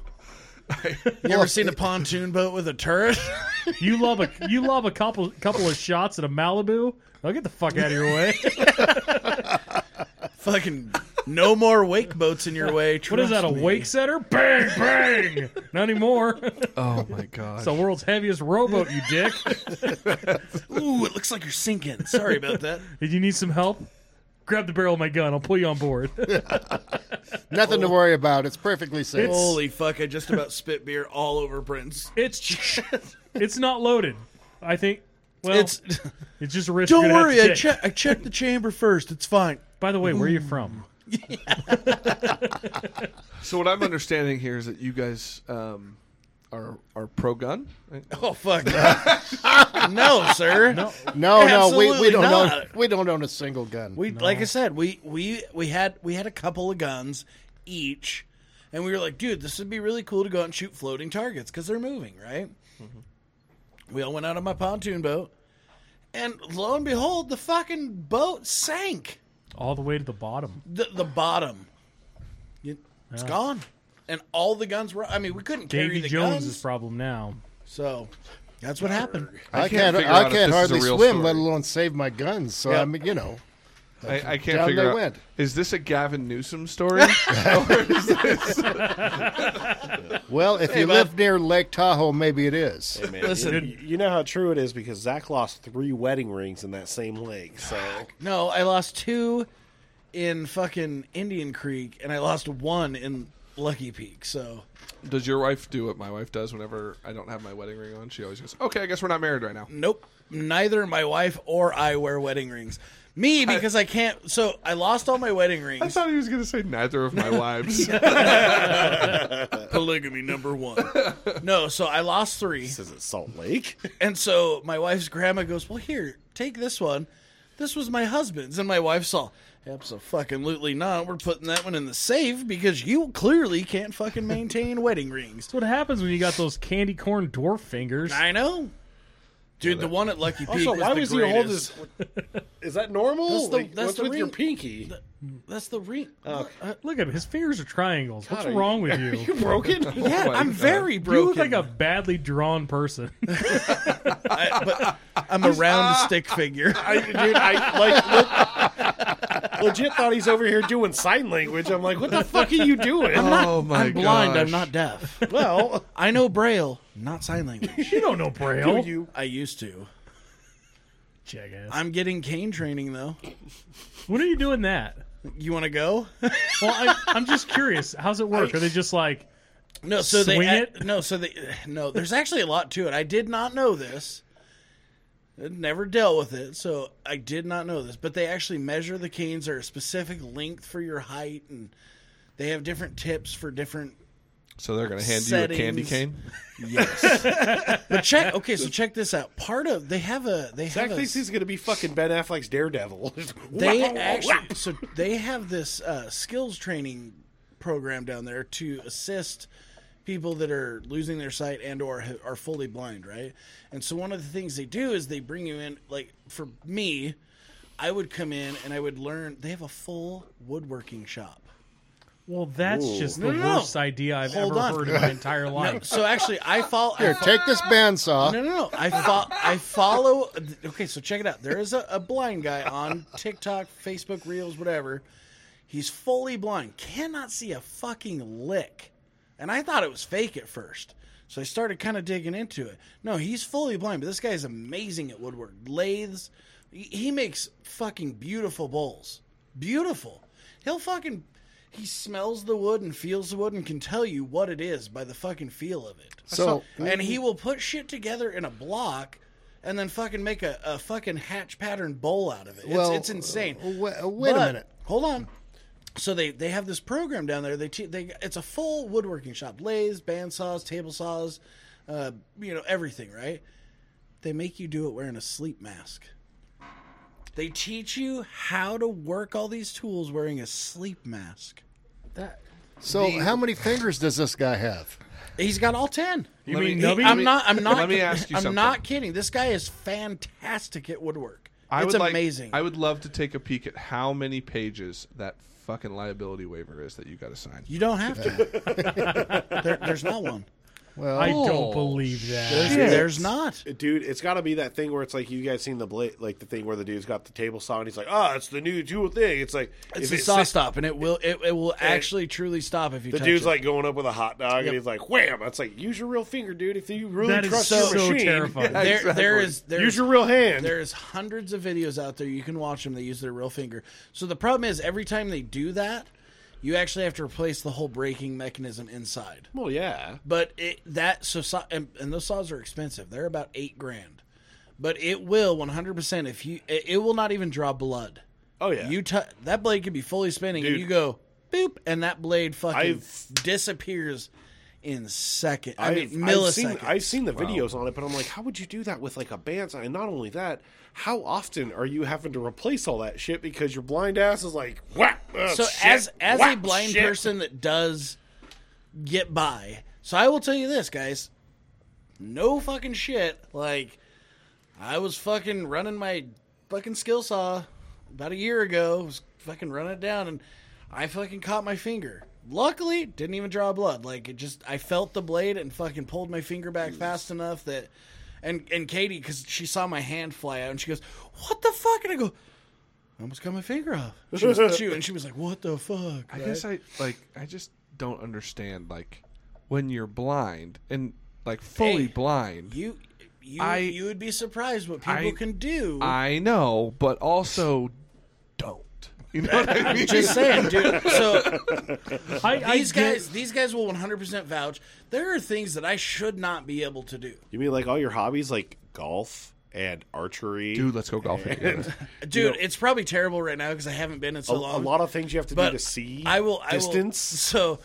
you ever seen a pontoon boat with a turret? You love a you love a couple couple of shots at a Malibu. Now get the fuck out of your way. fucking no more wake boats in your way. What is that? A trust me. wake setter? Bang bang. Not anymore. Oh my god! It's the world's heaviest rowboat. You dick. Ooh, it looks like you're sinking. Sorry about that. Did you need some help? Grab the barrel of my gun. I'll pull you on board. Nothing to worry about. It's perfectly safe. Holy fuck! I just about spit beer all over Prince. It's it's not loaded. I think. Well, It's it's, just a risk. don't you're gonna have worry. to I take. check. I checked the chamber first. It's fine. By the way, where are you from? So what I'm understanding here is that you guys um, are are pro gun. Oh fuck! no, sir. No. no, no, we, we Absolutely don't own not. we don't own a single gun. We like I said, we we we had we had a couple of guns each, and we were like, dude, this would be really cool to go out and shoot floating targets because they're moving, right? We all went out on my pontoon boat, and lo and behold, the fucking boat sank All the way to the bottom. the the bottom. It, has gone, and all the guns were. I mean, we couldn't carry Davy the Jones' guns, problem now. so that's what happened. I can't can't. figure out I if can't this is a hardly real swim, story. let alone save my guns. So I mean, you know, I, I can't Down figure they out. went. Is this a Gavin Newsom story? Or is this- well, if you bud. live near Lake Tahoe, maybe it is. Listen, You- you know how true it is because Zach lost three wedding rings in that same lake. So No, I lost two in fucking Indian Creek, and I lost one in Lucky Peak. So does your wife do what my wife does whenever I don't have my wedding ring on? She always goes, "Okay, I guess we're not married right now." nope, neither my wife or I wear wedding rings. Me because I, can't. So I lost all my wedding I rings. thought he was going to say neither of my wives. Polygamy number one. no, so I lost three, this isn't Salt Lake. and so my wife's grandma goes, "Well, here, take this one. This was my husband's," and my wife saw. Absolutely not. We're putting that one in the safe because you clearly can't fucking maintain wedding rings. That's what happens when you got those candy corn dwarf fingers. I know. Dude, the one at Lucky Peak. Also, was why the was he greatest. hold his? Is that normal? That's the- Like, that's what's the with your ring. pinky? That's the ring. Look at him. His fingers are triangles. What's God, are wrong with Are you you? broken? Yeah, my I'm God. very broken. You look like a badly drawn person. I'm a round stick figure. I, dude, I like le- legit thought he's over here doing sign language. I'm like, what the fuck are you doing? oh my I'm blind. I'm gosh. not deaf. well, I know Braille, not sign language. you don't know Braille. do you? I used to. Jackass. I'm getting cane training though. When are you doing that? You want to go? Well, I, I'm just curious. How's it work? Are they just like No, so Swing they it? no, so they no. There's actually a lot to it. I did not know this. I'd never dealt with it, so I did not know this. But they actually measure the canes are a specific length for your height, and they have different tips for different. So they're going to hand you a candy Settings. cane. But check. Okay, so check this out. Part of they have a they have Zach a, thinks he's gonna be fucking Ben Affleck's Daredevil. they actually so they have this uh, skills training program down there to assist people that are losing their sight and or ha- are fully blind right and so one of the things they do is they bring you in like for me i would come in and i would learn they have a full woodworking shop Well, that's just No, the no, no. worst idea I've Hold ever on. heard in my entire life. so actually i follow Here, take this bandsaw. No, no, no. I, fo- I follow. Okay, so check it out. There is a, a blind guy on TikTok, Facebook Reels, whatever. He's fully blind, cannot see a fucking lick. And I thought it was fake at first. So I started kind of digging into it. No, he's fully blind, but this guy's amazing at woodwork. Lathes. He- He makes fucking beautiful bowls. Beautiful. He'll fucking. He smells the wood and feels the wood and can tell you what it is by the fucking feel of it So and he will put shit together in a block and then fucking make a, a fucking hatch pattern bowl out of it. It's, Well, it's insane. uh, wa- wait a minute. Hold on. So they, they have this program down there. They te- they it's a full woodworking shop: lathes, bandsaws, table saws, uh, you know everything. Right? They make you do it wearing a sleep mask. They teach you how to work all these tools wearing a sleep mask. so how many fingers does this guy have? He's got all ten. You Let mean me- nubby? Let I'm not. I'm not. Let me ask you I'm something. not kidding. This guy is fantastic at woodwork. I it's would like- amazing. I would love to take a peek at how many pages that fucking liability waiver is that you got to sign. you don't have to. there, there's not one. Well, I don't Oh, believe that. There's, there's not. Dude, it's got to be that thing where it's like you guys seen the bla- like the thing where the dude's got the table saw and he's like, "Oh, it's the new tool thing." It's like It's if a it saw sits- stop, and it will. It, it will actually truly stop if you. The touch dude's it. like going up with a hot dog Yep. and he's like, "Wham!" It's like use your real finger, dude. If you really That is trust so your machine, terrifying. there, there exactly. is there use is- your real hand. There is hundreds of videos out there. You can watch them. They use their real finger. So the problem is, every time they do that, you actually have to replace the whole braking mechanism inside. well, yeah. But it, that so saw, and, and those saws are expensive. They're about eight grand. But it will 100 percent if you. It, it will not even draw blood. Oh yeah. You t- that blade could be fully spinning, and Dude. you go boop, and that blade fucking I've- disappears in second. I mean I've- milliseconds. I've seen, I've seen the videos on it, but I'm like, how would you do that with like a bandsaw? And not only that, how often are you having to replace all that shit because your blind ass is like, whack. uh, so shit, as as a whack, blind shit." person that does get by so i will tell you this guys no fucking shit like i was fucking running my fucking skill saw about a year ago was fucking running it down and i fucking caught my finger luckily it didn't even draw blood like it just i felt the blade and fucking pulled my finger back fast enough that and and katie because she saw my hand fly out and she goes what the fuck and i go I almost cut my finger off. She was she, and she was like, "What the fuck?" I guess I like I just don't understand like when you're blind and like Hey, fully blind. you, you, I- you would be surprised what people I- can do. I know, but also don't. You know what I mean? Just saying, dude. So I, I these get- guys, these guys will 100 percent vouch. There are things that I should not be able to do, You mean like all your hobbies, like golf and archery? Dude, let's go golfing. together. dude. it's probably terrible right now because I haven't been in so a, long. a lot of things you have to but do to see. I will. I will- distance. so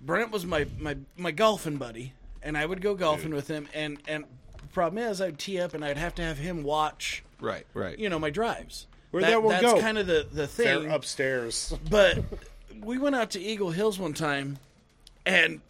Brent was my my my golfing buddy, and I would go golfing with him. And and the problem is, I'd tee up, and I'd have to have him watch. right, right. You know my drives. Where'd that one that's go? kind of the the thing. They're upstairs. But we went out to Eagle Hills one time and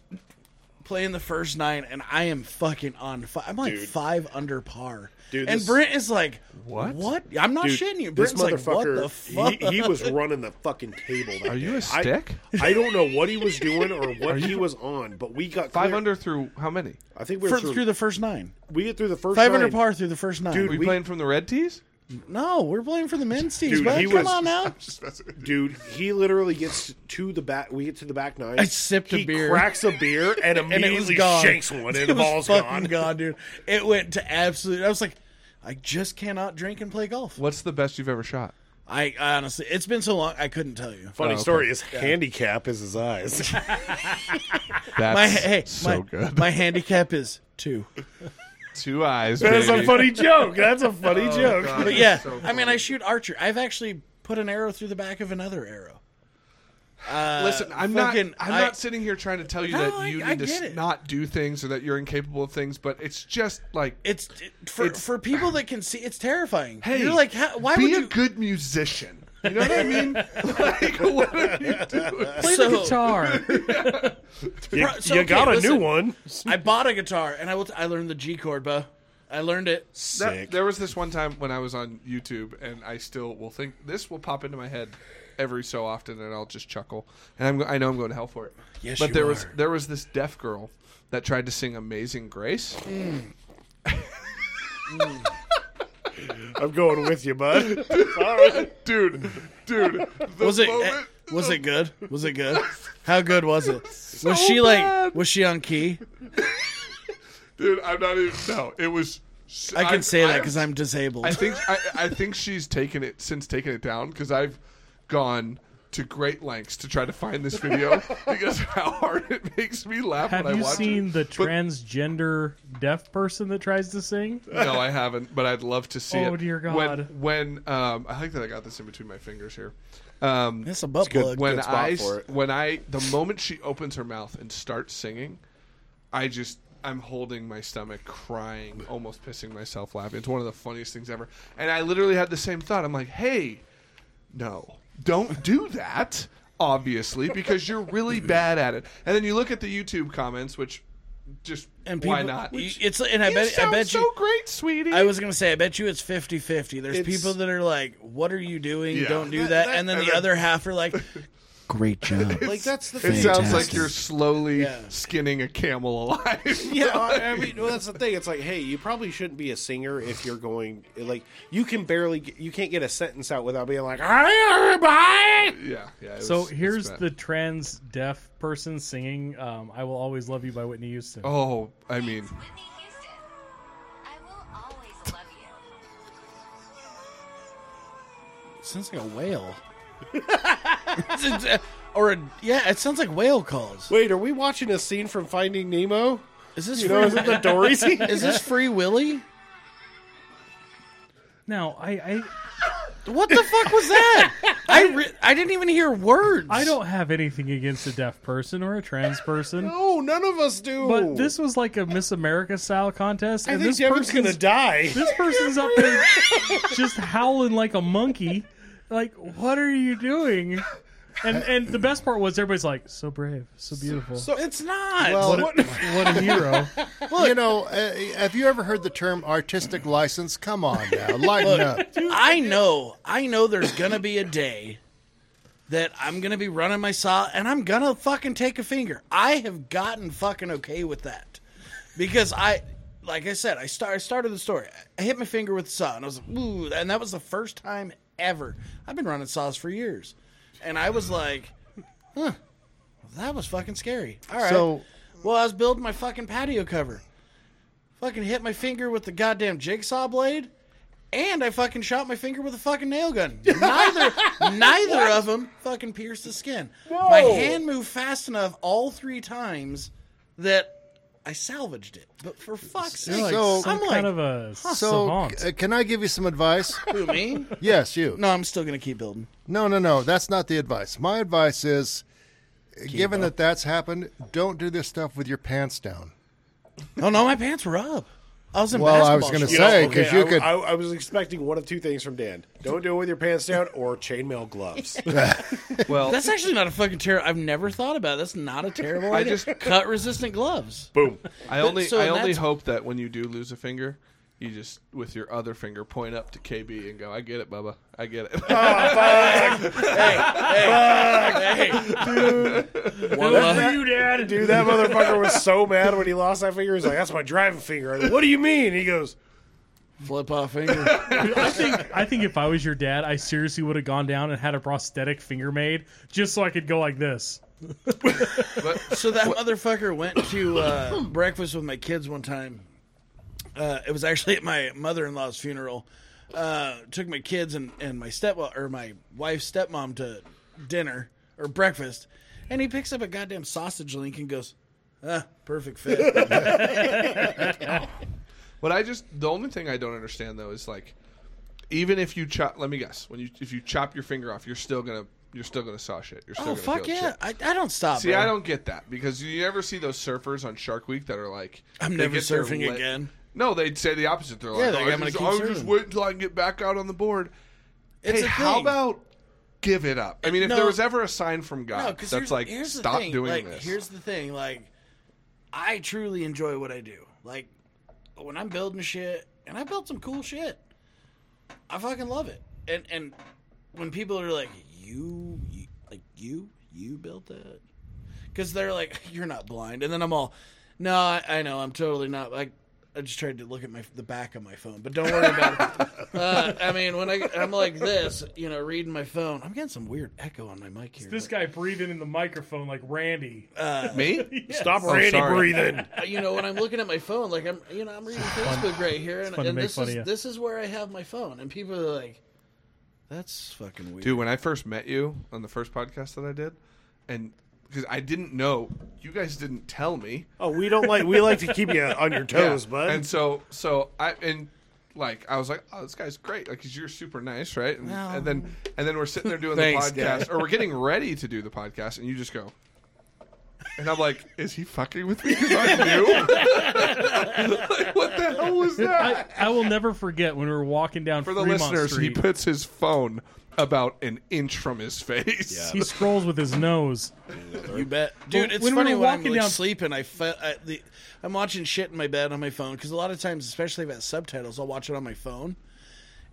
playing the first nine, and I am fucking on. Fi- I'm like Dude. five under par. Dude, and this- Brent is like, What? What? I'm not Dude, shitting you. This Brent's like, what the motherfucker, fuck? he, he was running the fucking table. that Are you day. a stick? I, I don't know what he was doing or what he was on, but we got Five clear- under through how many? I think we were For- through, through the first nine, we get through the first five under nine. par through the first nine. Dude, Are we We- playing from the red tees? no, we're playing for the men's teams. Dude, bud. he Come was- on now. Dude, he literally gets to the back. We get to the back nine. I sipped a he beer. cracks a beer and and it was immediately gone. shanks one, and the It was ball's fucking gone. gone, dude. It went to absolute. I was like, I just cannot drink and play golf. What's the best you've ever shot? I, I honestly, it's been so long, I couldn't tell you. Funny Oh, okay. story is handicap is his eyes. That's My hey, so my, good. my handicap is two. Two eyes. that is a baby. Oh, funny joke. That's a funny Oh, joke. God. But That's yeah, so I mean, funny. I shoot archer. I've actually put an arrow through the back of another arrow. Listen, I'm fucking- not. I'm I- not sitting here trying to tell you No, that I- you I need to get s- it. not do things or that you're incapable of things, but it's just like, It's it- for It's- for people that can see. It's terrifying. hey, you're like, how, why be would a you? good musician? You know what I mean? like, what are you doing? Play the So- guitar. You, Bro, so, you okay, got a new listen. one. I bought a guitar and I will. T- I learned the G chord, bro. I learned it. That- Sick. there was this one time when I was on YouTube, and I still will think this will pop into my head every so often, and I'll just chuckle. And I'm, go- I know I'm going to hell for it. Yes, but you there was are. there was this deaf girl that tried to sing "Amazing Grace." I'm going with you, bud. dude, dude, the Was it? moment- eh, Was it good? Was it good? How good was it? was she like? bad. Was she on key? dude? I'm not even. No, it was. s- I can I've- say that I've- because I'm disabled. I think I, I think she's taken it since taken it down because I've gone to great lengths to try to find this video because how hard it makes me laugh Have when you I watch seen it. the But- transgender deaf person that tries to sing? No, I haven't, but I'd love to see it. Oh, dear God. When when um, I like that I got this in between my fingers here. Um, That's a butt good. plug. when Good spot I for it. when I the moment she opens her mouth and starts singing, I just I'm holding my stomach, crying, almost pissing myself laughing. It's one of the funniest things ever. And I literally had the same thought. I'm like, hey, no, don't do that. Obviously, because you're really bad at it. And then you look at the YouTube comments, which just And why people- not? you- it's and I You bet I sound bet so you. great, sweetie. I was gonna say I bet you it's 50-50. There's It's- people that are like, "What are you doing? Yeah. Don't do That- that," that- and then and the then- other half are like, "Great job." like that's the It thing. sounds like you're slowly Yeah. skinning a camel alive. Yeah, I I mean, well, that's the thing. It's like, hey, you probably shouldn't be a singer if you're going. Like, you can barely, get, you can't get a sentence out without being like, "Hi, everybody." yeah, yeah. it So was- it's here's bad. the trans deaf person singing um, "I Will Always Love You" by Whitney Houston. Oh, I mean, It's Whitney Houston. I will always love you. sounds like a whale. uh, or a, yeah, it sounds like whale calls. Wait, are we watching a scene from Finding Nemo? Is this You know, is free, it the Dory scene? is this free Willy? Now I, I What the fuck was that? I re- I didn't even hear words. I don't have anything against a deaf person or a trans person, No, none of us do. but this was like a Miss America style contest, I and think this Devin's gonna person's die. this person's up there just howling like a monkey. Like, what are you doing? And and the best part was everybody's like, so brave, so beautiful, So It's not. Well, what? what a hero. you know, uh, have you ever heard the term artistic license? Come on now, lighten up. I know. I know. There's gonna be a day that I'm gonna be running my saw and I'm gonna fucking take a finger. I have gotten fucking okay with that because I, like I said, I start I started the story. I hit my finger with the saw and I was like, ooh, and that was the first time ever. I've been running saws for years, and I was like, huh, that was fucking scary. All right. So- well, I was building my fucking patio cover. Fucking hit my finger with the goddamn jigsaw blade and I fucking shot my finger with a fucking nail gun. Neither, neither of them fucking pierced the skin. My hand moved fast enough all three times that I salvaged it. But for fuck's You're sake, like so, So- some I'm like, kind of a So, uh, savant. c- can I give you some advice? who me? Yes, you. No, I'm still gonna keep building. No, no, no. That's not the advice. My advice is, given that that's happened, don't do this stuff with your pants down. Oh no, my pants were up. I was in Well, I was basketball gonna shorts. You know, say, 'cause Oh, okay, you I, could- I, I was expecting one of two things from Dan: don't do it with your pants down, or chainmail gloves. Well, That's actually not a fucking terrible. I've never thought about. It. That's not a terrible. I idea. just- cut resistant gloves. Boom. I only so I only that's- hope that when you do lose a finger, you just with your other finger point up to KB and go, "I get it, Bubba. I get it." That- Dude, that motherfucker was so mad when he lost that finger. He's like, "That's my driving finger." I'm like, what do you mean? He goes, Flip off finger. Dude, I think I think if I was your dad, I seriously would have gone down and had a prosthetic finger made just so I could go like this. but So that motherfucker went to uh, breakfast with my kids one time. Uh, it was actually at my mother in law's funeral. Uh, took my kids and, and my step or my wife's stepmom to dinner or breakfast, and he picks up a goddamn sausage link and goes, "Ah, perfect fit." Oh, what I just the only thing I don't understand though is like, even if you chop, let me guess, when you if you chop your finger off, you're still gonna you're still gonna saw shit. You're still oh gonna fuck feel yeah! shit. I, I don't stop. See, bro. I don't get that because you never see those surfers on Shark Week that are like, I'm they never get their surfing leg- again. No, they'd say the opposite. They're Yeah, like, they're "Oh, like, I I'm gonna just, keep I'll just surfing." wait until I can get back out on the board. It's hey, a how thing. about give it up? I mean, if No. there was ever a sign from God No, 'cause that's here's- like, here's the stop thing, doing like, this. Here's the thing, like I truly enjoy what I do. Like when I'm building shit, and I built some cool shit. I fucking love it. And and when people are like, you, you like you, you built that, because they're like, you're not blind, and then I'm all, no, I, I know, I'm totally not. Like I just tried to look at my the back of my phone, but don't worry about it. Uh, I mean, when I I'm like this, you know, reading my phone, I'm getting some weird echo on my mic here. This but- guy breathing in the microphone like Randy. Me? Uh, "Stop, Oh, Randy, sorry. breathing." you know, when I'm looking at my phone, like I'm, you know, I'm reading Facebook right here, and, fun to and make this fun is of you. this is where I have my phone, and people are like, "That's fucking weird." Dude, when I first met you on the first podcast that I did, and because I didn't know, you guys didn't tell me. Oh, we don't like. We like to keep you on your toes, bud. And so, so I and like I was like, oh, this guy's great, like because you're super nice, right? And, and then and then we're sitting there doing Thanks, the podcast, or we're getting ready to do the podcast, and you just go. And I'm like, is he fucking with me? Because I knew. like, what the hell was I, that? I will never forget when we were walking down For the Fremont listeners, Street. he puts his phone about an inch from his face. he scrolls with his nose. you bet, dude. it's when we funny were when I'm walking like, down- sleeping, I, fe- I the, I'm watching shit in my bed on my phone because a lot of times, especially if it has subtitles, I'll watch it on my phone.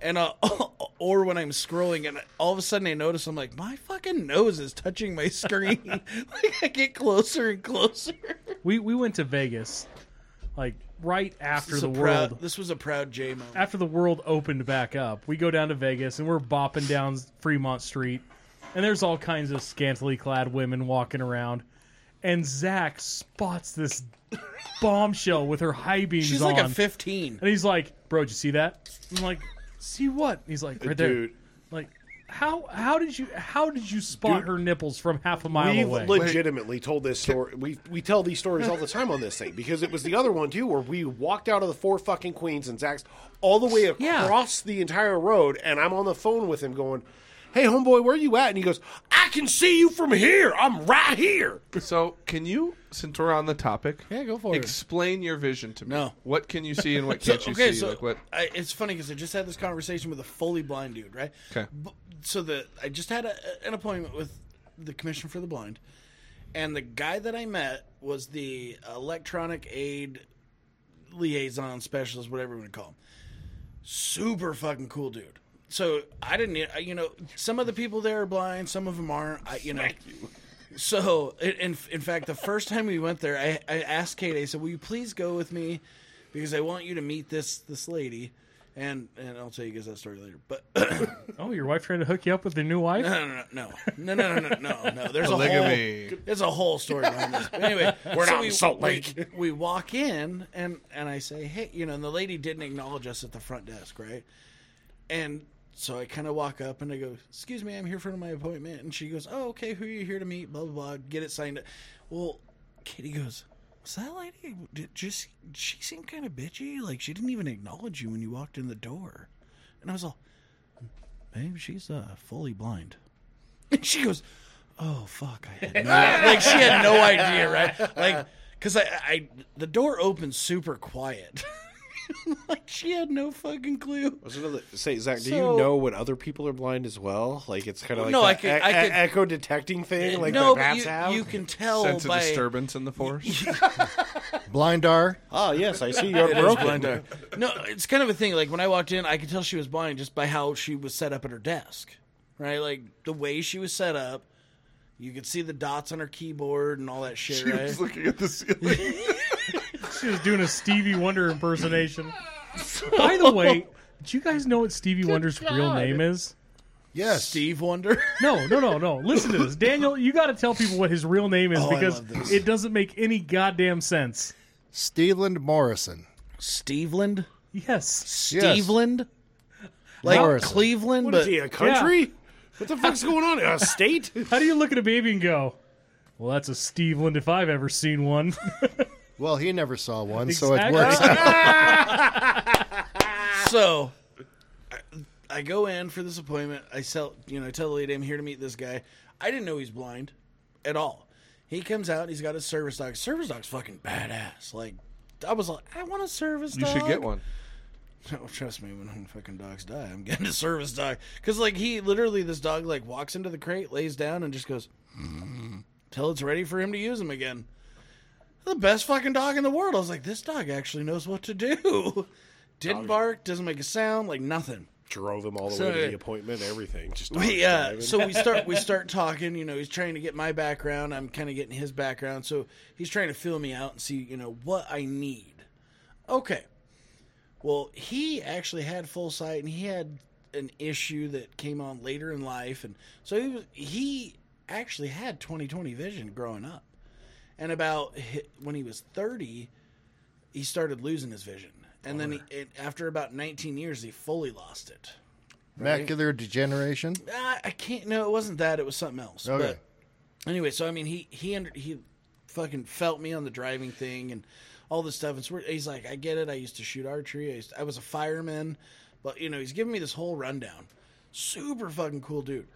And uh, or when I'm scrolling and all of a sudden I notice I'm like my fucking nose is touching my screen. like I get closer and closer. We we went to Vegas, like right after This was the a proud- world. this was a proud J moment. after the world opened back up, we go down to Vegas and we're bopping down Fremont Street, and there's all kinds of scantily clad women walking around, and Zach spots this bombshell with her high beams She's on, like a 15. and he's like, "Bro, did you see that?" I'm like, "See what?" He's like, "Right there." Dude. Like, how how did you how did you spot her nipples from half a mile we away? legitimately told this story. We we tell these stories all the time on this thing because it was the other one too, where we walked out of the four fucking queens and Zach's all the way Yeah. across the entire road, and I'm on the phone with him going, "Hey, homeboy, where you at?" And he goes, "I can see you from here. I'm right here." So, can you, since we're on the topic, Yeah, go for it. Explain your vision to me. No. what can you see and what can't you see? like what? I, it's funny because I just had this conversation with a fully blind dude, right? 'Kay. B- so the I just had a, an appointment with the Commission for the Blind, and the guy that I met was the electronic aid liaison specialist, whatever you want to call him. Super fucking cool dude. So I didn't, I- you know, some of the people there are blind, some of them aren't. I, you know, so in- in in fact, the first time we went there, I, I asked Kate. I said, "Will you please go with me, because I want you to meet this this lady." And and I'll tell you guys that story later. But oh, your wife trying to hook you up with their new wife? no, no, no, no, no, no, no, no, no. There's a Polygamy. whole there's a whole story behind this. But anyway, we're not in Salt Lake. We, walk in and and I say, hey, you know, and the lady didn't acknowledge us at the front desk, right? And so I kind of walk up and I go, excuse me, I'm here for my appointment. And she goes, oh, okay, who are you here to meet? Blah blah blah. Get it signed. up. Well, Katie goes. Was that lady? Did just she seemed kind of bitchy? Like she didn't even acknowledge you when you walked in the door, and I was all, "Babe, she's uh, fully blind." And she goes, "Oh fuck!" I had no like she had no idea, right? Like because I, I the door opens super quiet. like she had no fucking clue. was another say Zach? Do So- you know when other people are blind as well? Like it's kind of like No, I that could- e- I e- could- echo detecting thing, like the no, bats but you, have. you can tell Sense Oh, a by disturbance in the force. Blind R. Ah, yes, I see you're broken. No, it's kind of a thing. Like when I walked in, I could tell she was blind just by how she was set up at her desk, right? Like the way she was set up, you could see the dots on her keyboard and all that shit. She right? was looking at the ceiling. She was doing a Stevie Wonder impersonation. By the way, do you guys know what Stevie Wonder's real name is? Yes. Steve Wonder. No, no, no, no. Listen to this, Daniel. You got to tell people what his real name is Oh, I because love this. it doesn't make any goddamn sense. Steveland Morrison. Steveland. Yes, Steveland. Like Morrison. Cleveland, What but is he? A country? What the fuck's going on? A state? How do you look at a baby and go, "Well, that's a Steveland if I've ever seen one." Well, he never saw one, so it Exactly. works. out. so I, I go in for this appointment. I sell, you know, I tell the lady I'm here to meet this guy. I didn't know he's blind at all. He comes out. He's got his service dog. Service dog's fucking badass. Like I was like, I want a service You dog. should get one. No, trust me, when fucking dogs die, I'm getting a service dog. Because, like, he literally, this dog, like, walks into the crate, lays down, and just goes, till it's ready for him to use him again. The best fucking dog in the world. I was like, this dog actually knows what to do. Didn't bark, doesn't make a sound, like, nothing. Drove him all the So, way to uh, the appointment. Everything. Just We, uh, driving. so we start we start talking. You know, he's trying to get my background. I'm kind of getting his background. So he's trying to fill me out and see, you know, what I need. Okay. Well, he actually had full sight, and he had an issue that came on later in life, and so he was, he actually had 20/20 vision growing up, and about hi- when he was 30, he started losing his vision, and then he, it, after about 19 years, he fully lost it. Macular degeneration. I, I can't. No, it wasn't that. It was something else. Okay. But anyway, so I mean, he he under, he fucking felt me on the driving thing and all this stuff. And so we're- he's like, I get it. I used to shoot archery. I, used I was a fireman, but you know, he's giving me this whole rundown. Super fucking cool dude.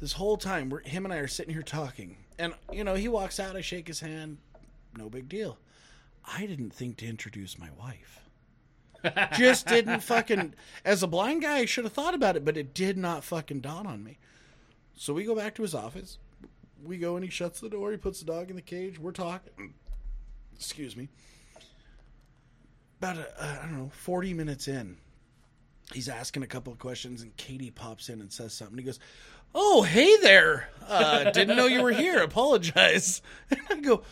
This whole time, we're, him and I are sitting here talking, and you know, he walks out. I shake his hand. No big deal. I didn't think to introduce my wife just didn't fucking as a blind guy I should have thought about it, but it did not fucking dawn on me. So we go back to his office. We go and he shuts the door, he puts the dog in the cage, we're talking. Excuse me. About a, uh, I don't know, 40 minutes in. He's asking a couple of questions and Katie pops in and says something. He goes, "Oh, hey there. Uh, didn't know you were here. Apologize." I go,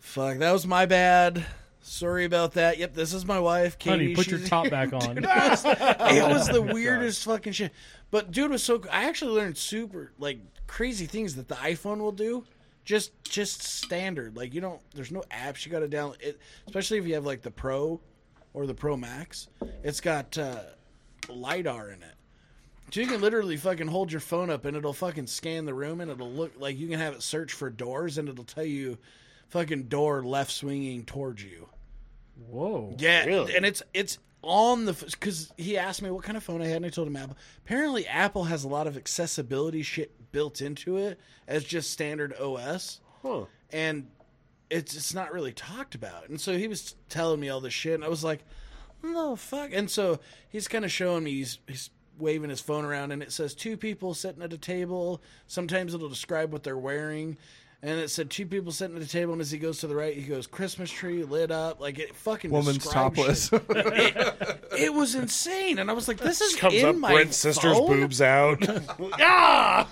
"Fuck, that was my bad. Sorry about that. Yep, this is my wife, Katie. honey, put your She's- top back on. it was the weirdest fucking shit. But dude was so. cool. I actually learned super like crazy things that the iPhone will do. Just just standard. Like you don't. There's no apps you got to download. It, especially if you have like the Pro or the Pro Max. It's got uh, lidar in it. So you can literally fucking hold your phone up and it'll fucking scan the room and it'll look like you can have it search for doors and it'll tell you fucking door left swinging towards you. Whoa. Yeah, Really? and it's it's on the because he asked me what kind of phone I had, and I told him Apple. Apparently, Apple has a lot of accessibility shit built into it as just standard OS, Huh. and it's it's not really talked about. And so he was telling me all this shit, and I was like, "No fuck!" And so he's kind of showing me he's he's waving his phone around, and it says two people sitting at a table. Sometimes it'll describe what they're wearing. And it said two people sitting at a table, and as he goes to the right, he goes Christmas tree lit up, like it fucking Woman's describes shit. topless. It was insane, and I was like, "This is comes in up, my Brent's sister's phone? boobs out. ah!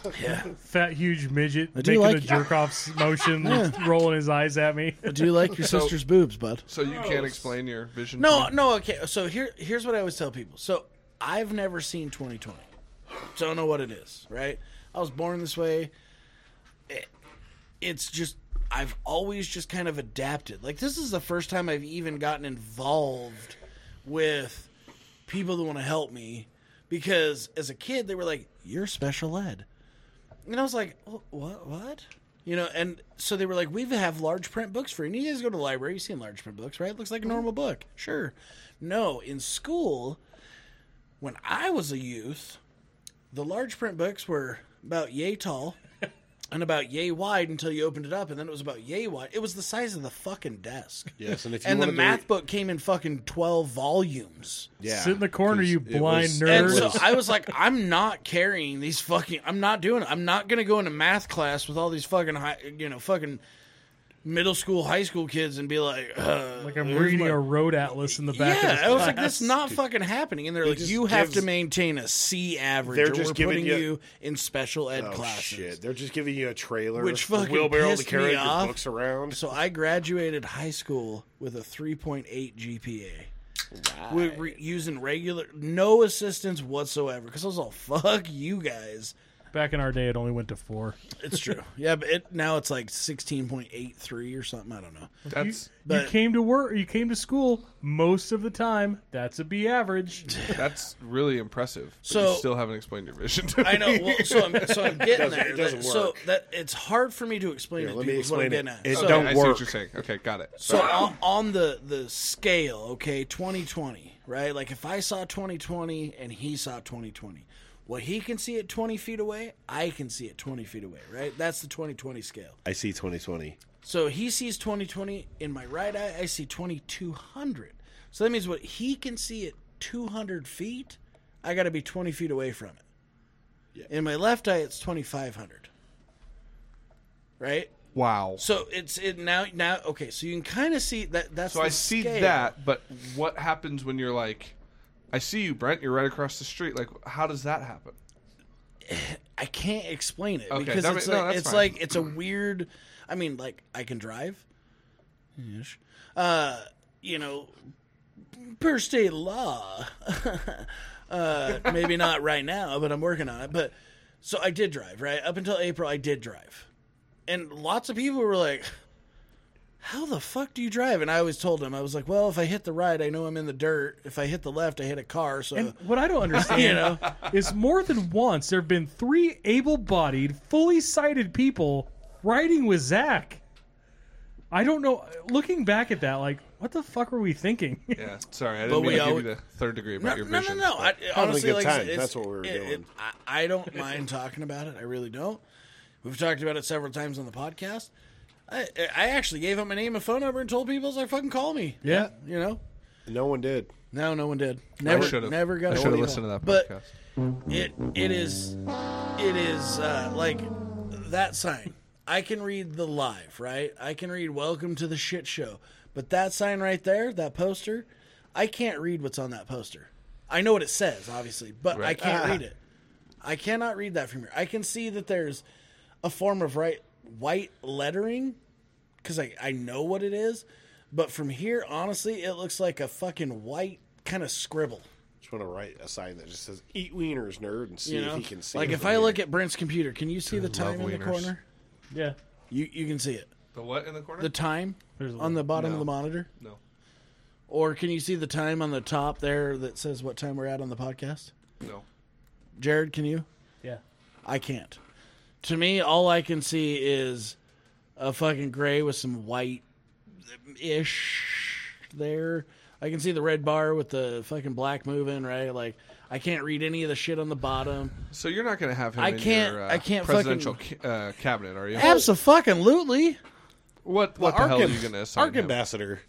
Fat huge midget do making a like- jerk off motion, rolling his eyes at me. Do you like your sister's boobs, bud? so you can't explain your vision. No, no. Okay, so here, here's what I always tell people. So I've never seen 2020. Don't know what it is. Right? I was born this way. It- it's just I've always just kind of adapted. Like this is the first time I've even gotten involved with people that want to help me because as a kid they were like, "You're special ed." And I was like, "Wh- what? What? You know, and so they were like, we have large print books for you. And you guys go to the library, you've seen large print books, right? It looks like a Mm-hmm. normal book. Sure. No, in school, when I was a youth, the large print books were about yay tall and about yay wide until you opened it up, and then it was about yay wide. It was the size of the fucking desk. Yes, and if you and the wanted to math read- book came in fucking twelve volumes. Yeah, Sit in the corner, 'cause you it blind was- nerd. And There so was- I was like, I'm not carrying these fucking. I'm not doing it. I'm not gonna go into math class with all these fucking, high, you know, fucking middle school, high school kids and be like, uh, Like I'm here's reading my- a road atlas in the back. Yeah, of this I was class. like, that's not fucking happening. And they're like, just you have gives- to maintain a C average. They're or just we're giving putting you- you... in special ed Oh classes. shit! They're just giving you a trailer, Which a fucking wheelbarrow to pissed carry me your off. books around. So I graduated high school with a 3.8 GPA. We're re- using regular, no assistance whatsoever. Because I was all, fuck you guys. Back in our day, it only went to four. It's true. yeah, but it, now it's like 16.83 or something. I don't know. That's You But- came to work. You came to school most of the time. That's a B average. that's really impressive. But So- you still haven't explained your vision. To I know. me. Well, so I'm, so I'm getting there. it doesn't That- so work. that it's hard for me to explain Here, it. let dude, me is what I'm explain getting it. at. It So- Okay, don't I see work. what you're saying. Okay, got it. So Sorry. on, on the the scale, okay, 2020, right? Like if I saw 2020 and he saw 2020, what he can see at 20 feet away, I can see at 20 feet away, right? That's the 2020 scale. I see 2020. So he sees 2020 in my right eye, I see 2200. So that means what he can see at 200 feet, I got to be 20 feet away from it. Yeah. In my left eye, it's 2500. Right? wow. So it's it now now okay. So you can kind of see that. That's So the I see scale. that, but what happens when you're like, I see you, Brent. You're right across the street. Like, how does that happen? I can't explain it Okay, because that it's ma- no, like that's it's fine. like it's a weird. I mean, like I can drive, ish. Uh, you know, per state law. uh, maybe not right now, but I'm working on it. But so I did drive right up until April. I did drive, and lots of people were like. How the fuck do you drive? And I always told them, I was like, well, if I hit the right, I know I'm in the dirt. If I hit the left, I hit a car. So And what I don't understand, You know. is more than once there have been three able-bodied, fully sighted people riding with Zach. I don't know. Looking back at that, like, what the fuck were we thinking? Yeah. Sorry, I didn't But mean we to always- give you the third degree about No, your no, no, vision. no. I, having a honestly, good like time. I said, it's- That's what we were it- doing. it- I, I don't mind talking about it. I really don't. We've talked about it several times on the podcast. I, I actually gave out my name and phone number and told people to fucking call me. Yeah. you know. No one did. No, no one did. I Never, should have. never got. I a should have phone listened to call. that podcast. But it it is it is uh, like that sign. I can read the live, right? I can read "Welcome to the Shit Show," but that sign right there, that poster, I can't read what's on that poster. I know what it says, obviously, but I Right. can't read it. I cannot read that from here. I can see that there's a form of right white lettering because I, I know what it is, but from here, honestly, it looks like a fucking white kind of scribble. Just want to write a sign that just says "Eat wieners, nerd," and see You if know, he can see. like it if from I here. look at Brent's computer, can you see the time in the wieners. corner? Yeah. You you can see it. the what in the corner? The time There's a on the bottom of No. the monitor, no. or can you see the time on the top there that says what time we're at on the podcast? No. Jared, can you? Yeah. I can't. To me, all I can see is a fucking gray with some white ish there. I can see the red bar with the fucking black moving, right? Like I can't read any of the shit on the bottom. So you're not going to have him I in can't- your uh, I can't presidential ca- uh, cabinet, are you? Absolutely. What what the Arc hell are amb- you going to assign Arc him? ambassador.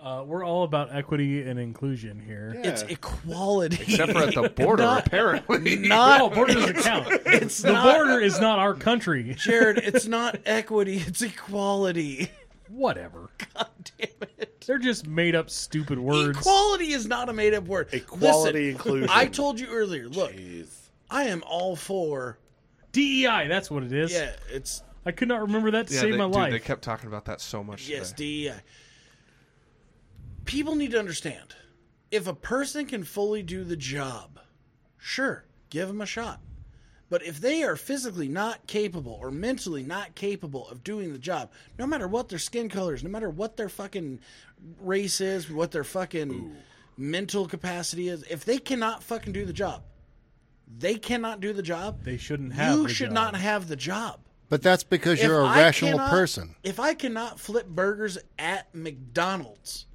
Uh, we're all about equity and inclusion here. It's equality. Except for at the border, Not- apparently. not Oh, border doesn't count. it's the not, border is not our country. Jared. It's not equity. It's equality. Whatever. God damn it. They're just made up stupid words. Equality is not a made up word. Equality, Listen, inclusion. I told you earlier. Look, Jeez. I am all for. DEI, E that's what it is. Yeah, it's I could not remember that to yeah, save they, my dude, life. they kept talking about that so much. yes, today. DEI. People need to understand. If a person can fully do the job, sure, give them a shot. But if they are physically not capable or mentally not capable of doing the job, no matter what their skin color is, no matter what their fucking race is, what their fucking mental capacity is, if they cannot fucking do the job, they cannot do the job. They shouldn't have You the should job. not have the job. But that's because you're If a I rational cannot- person. If I cannot flip burgers at McDonald's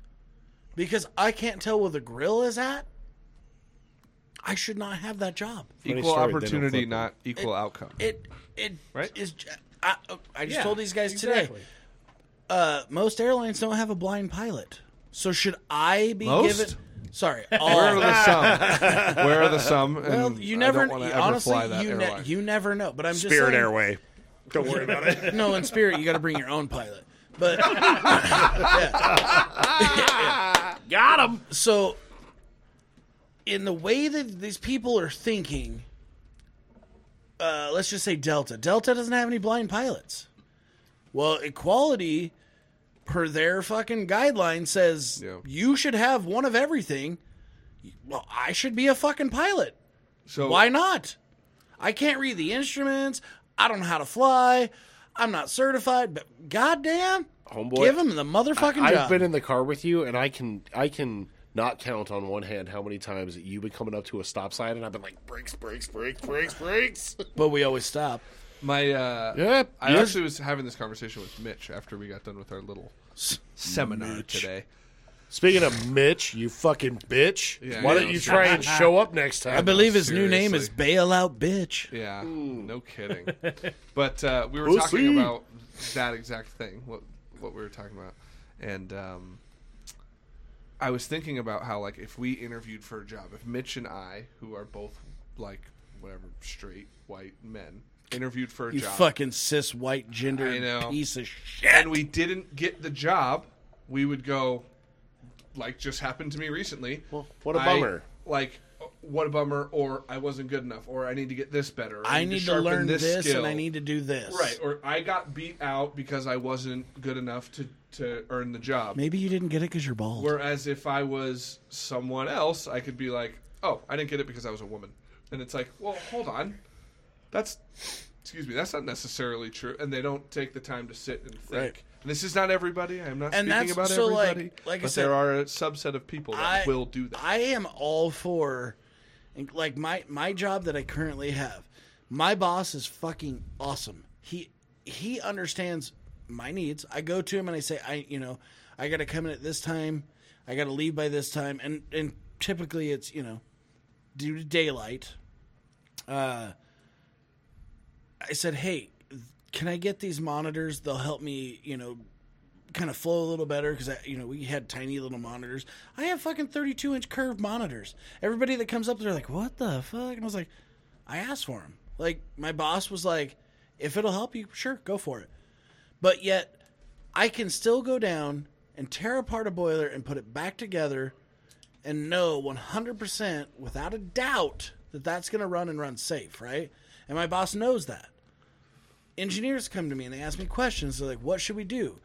because I can't tell where the grill is at, I should not have that job. story, they equal don't opportunity, flip them. not equal outcome. It it Right? is j- I, I just Yeah, told these guys exactly. today. Uh, most airlines don't have a blind pilot, so should I be Most? given? Sorry, all- Where are the sum? Where are the sum? And well, you I never don't wanna ever honestly fly that you, ne- airline. you never know. But I'm just Spirit saying, Airway. Don't worry about it. No, in Spirit you got to bring your own pilot. But Yeah. Got him. so, in the way that these people are thinking, uh, let's just say Delta. Delta doesn't have any blind pilots. Well, equality, per their fucking guideline, says Yeah. you should have one of everything. Well, I should be a fucking pilot. so Why not? I can't read the instruments. I don't know how to fly. I'm not certified, but goddamn, Homeboy, give him the motherfucking I've job. been in the car with you, and I can I can not count on one hand how many times that you've been coming up to a stop sign, and I've been like brakes, brakes, brakes, brakes, brakes. but we always stop. My uh, Yeah, I yes. actually was having this conversation with Mitch after we got done with our little seminar today. Speaking of Mitch, you fucking bitch. Yeah, Why yeah, don't you that's try and show up next time? I believe his new name is seriously. Bailout Bitch. Yeah, Hmm. no kidding. but uh, we were We'll talking see. about that exact thing. What what we were talking about, and um, I was thinking about how like if we interviewed for a job, if Mitch and I, who are both like whatever straight white men, interviewed for a You job, fucking cis white gender I know. piece of shit. and we didn't get the job, we would go, like just happened to me recently. Well, what a I- bummer. Like, what a bummer, or I wasn't good enough, or I need to get this better. or I need to, sharpen learn this, skill." and I need to do this. Right, or I got beat out because I wasn't good enough to, to earn the job. Maybe you didn't get it because you're bald. Whereas if I was someone else, I could be like, oh, I didn't get it because I was a woman. And it's like, well, hold on. That's, excuse me, that's not necessarily true. And they don't take the time to sit and think. And this is not everybody. I'm not And speaking that's- about so, like- everybody. like I but said, there are a subset of people that I- will do that. I am all for, like my my job that I currently have. My boss is fucking awesome. He he understands my needs. I go to him and I say, I you know, I got to come in at this time. I got to leave by this time. And and typically it's you know, due to daylight. Uh, I said, hey, can I get these monitors? They'll help me, you know, kind of flow a little better because you know we had tiny little monitors. I have fucking thirty-two inch curved monitors. Everybody that comes up, they're like, "What the fuck?" And I was like, "I asked for them." Like my boss was like, "If it'll help you, sure, go for it." But yet, I can still go down and tear apart a boiler and put it back together, and know one hundred percent without a doubt that that's going to run and run safe, right? And my boss knows that. Engineers come to me and they ask me questions. They're like, "What should we do?"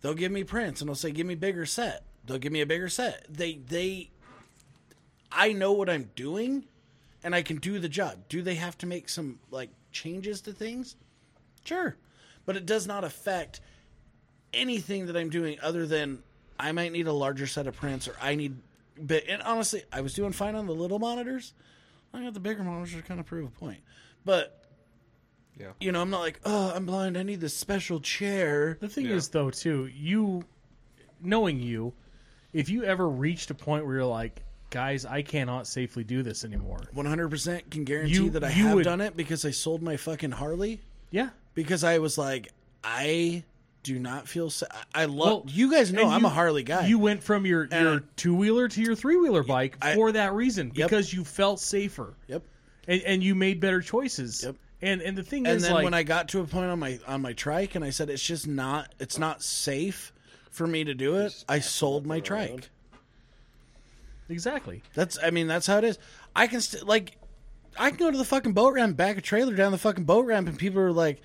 they'll give me prints and they'll say give me bigger set they'll give me a bigger set they they i know what i'm doing and i can do the job do they have to make some like changes to things sure but it does not affect anything that i'm doing other than i might need a larger set of prints or i need but and honestly i was doing fine on the little monitors i got the bigger monitors to kind of prove a point but Yeah. you know i'm not like oh i'm blind i need this special chair The thing Yeah. is, though, too, you knowing you, if you ever reached a point where you're like, guys, I cannot safely do this anymore. One hundred percent can guarantee You- that I you have would- done it because I sold my fucking Harley Yeah. because I was like, I do not feel. Sa- I I Well, love you guys know and I'm you- a Harley guy. You went from your, your I- two wheeler to your three wheeler bike I- for that reason Yep. because you felt safer yep. and, and you made better choices. Yep. And and the thing And is, then like, when I got to a point on my on my trike and I said it's just not it's not safe for me to do it. I sold my trike. exactly. That's I mean that's how it is. I can st- like I can go to the fucking boat ramp, back a trailer down the fucking boat ramp, and people are like,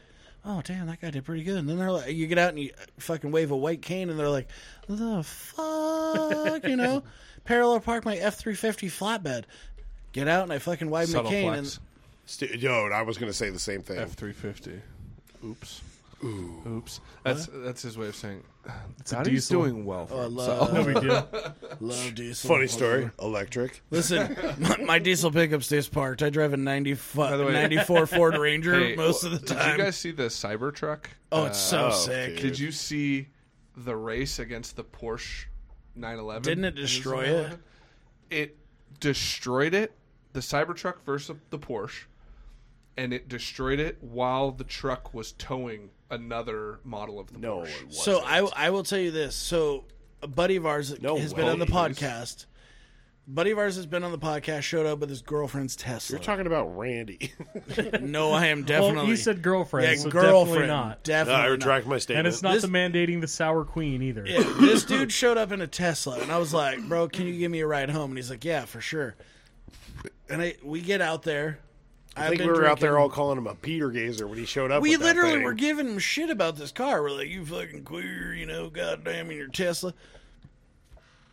"Oh damn, that guy did pretty good." And then they're like, you get out and you fucking wave a white cane, and they're like, "The fuck," you know? Parallel park my F three fifty flatbed. Get out and I fucking wave my Subtle cane. flex. Stu- Yo, I was gonna say the same thing. F three fifty. Oops. Oops. That's that's his way of saying a Daddy's diesel. doing well for And himself. Oh, love, No big deal. love diesel. Funny story. Electric. Listen, my, my diesel pickup stays parked. I drive a 90 fu- the way- 94 Ford Ranger Hey, most of the did time. you guys see the Cybertruck? Uh, oh, it's so Oh, sick. dude. Did you see the race against the Porsche 911? Didn't it destroy it? It destroyed it, the Cybertruck versus the Porsche, and it destroyed it while the truck was towing another model of the No, Porsche. it So wasn't. I I will tell you this. So a buddy of ours No has been on the way. podcast. Buddy of ours has been on the podcast. Showed up with his girlfriend's Tesla. You're talking about Randy. no, I am definitely. Well, he said girlfriend, yeah, so definitely girlfriend. not. Definitely not. my statement. And it's not This- the mandating the sour queen either. Yeah, this dude showed up in a Tesla, and I was like, "Bro, can you give me a ride home?" And he's like, "Yeah, for sure." And I, we get out there. I think we were out there all calling him a Peter Gazer when he showed up. We with that literally thing. were giving him shit about this car. We're like, "You fucking queer," you know, goddamn in your Tesla.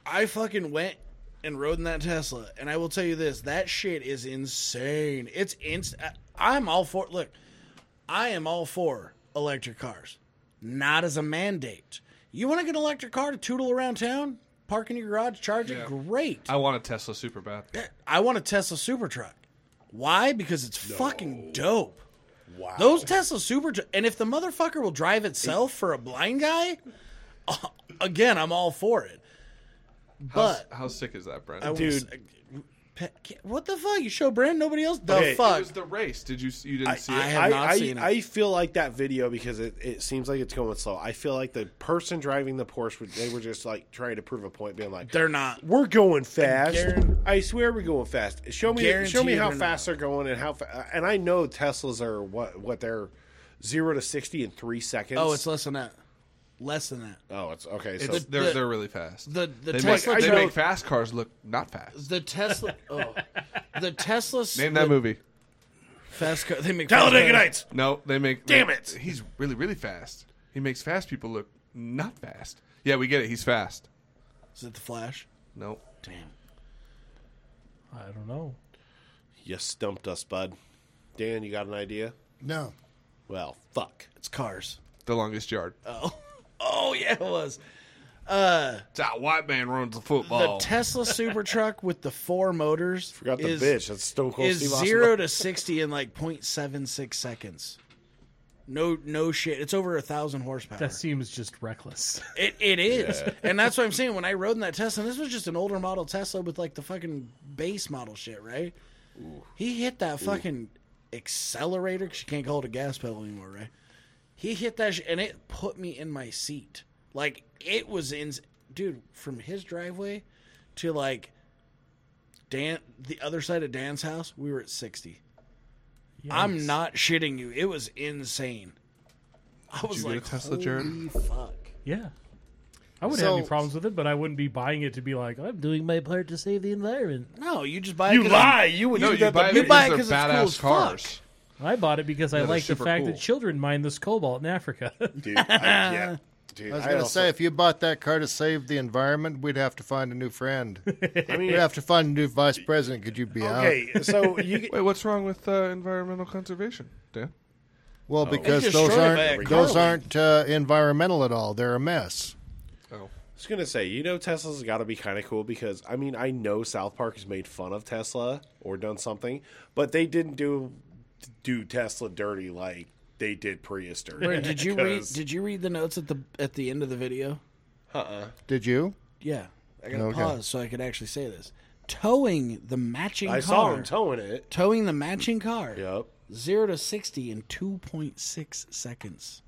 I fucking went and rode in that Tesla, and I will tell you this: that shit is insane. It's inst. I- I'm all for. Look, I am all for electric cars, not as a mandate. You want to get an electric car to tootle around town, park in your garage, charge Yeah. it. Great. I want a Tesla super bad. I want a Tesla Super Truck. Why? Because it's fucking dope. Wow. Those Tesla Super Tru- and if the motherfucker will drive itself for a blind guy, uh, again, I'm all for it. How, But how sick is that, Brent? I was- Dude. Pe- can't- what the fuck? You show Brand, nobody else. The Okay, it it fuck. was the race. Did you you didn't see it? I have I, not I, seen it. I feel like that video because it, it seems like it's going slow. I feel like the person driving the Porsche, would- they were just like trying to prove a point, being like, They're not. "We're going fast. I, guaran- swear we're going fast. Show me, Guarantee show me you how they're fast they're going and how." Fa- and I know Teslas are what what they're zero to sixty in three seconds. Oh, it's less than that. Less than that. oh, it's okay. So It's- they're the- they're really fast. the- the they Tesla make, they truck- make fast cars look not fast. The Tesla. Oh, the Tesla. Name that movie. Fast car. They make Talladega fast cars. Nights. No, they make. Damn they- it. He's really really fast. He makes fast people look not fast. Yeah, we get it. He's fast. Is it the Flash? No, Damn. I don't know. You stumped us, bud. Dan, you got an idea? No. Well, fuck. It's cars. the longest yard. Oh. Oh yeah, it was. It's that white man runs the The football. Tesla Super Truck with the four motors. Oh. Forgot the is- bitch. That's Stone Cold is Steve Austin. zero to sixty in like 0.76 seconds. No, no shit. It's over a thousand horsepower. That seems just reckless. it, it is, and that's what I'm saying. When I rode in that Tesla, and this was just an older model Tesla with like the fucking base model shit, right? He hit that fucking accelerator 'cause you can't call it a gas pedal anymore, right? He hit that, sh- and it put me in my seat. Like it was in, dude, from his driveway to like Dan, the other side of Dan's house, we were at sixty. I'm Yikes. not shitting you. It was insane. I was you get a like, Tesla, Jared? holy fuck. Yeah. I wouldn't So- have any problems with it, but I wouldn't be buying it to be like, I'm doing my part to save the environment. No, you just buy. it You 'cause lie. You would no, do you that. buy the it you minute- buy it 'cause because they're it's cool as badass cars. I bought it because I they're like the super fact cool. that children mine this cobalt in Africa. Dude, I, yeah. Dude, I was going to also- say, if you bought that car to save the environment, we'd have to find a new friend. I mean, we'd have to find a new vice president. Could you be out? okay, so you Wait, what's wrong with uh, environmental conservation, Dan? Well, because It's those destroyed by aren't a those car. aren't uh, environmental at all. They're a mess. Oh, I was gonna say, you know, Tesla's got to be kind of cool because I mean, I know South Park has made fun of Tesla or done something, but they didn't do do Tesla dirty like they did Prius dirty. Wait, did you read? 'Cause- Did you read the notes at the at the end of the video? Did you? Yeah, I gotta Okay. pause so I could actually say this. Towing the matching I car. saw him towing it. towing the matching car. Yep. Zero to sixty in two point six seconds.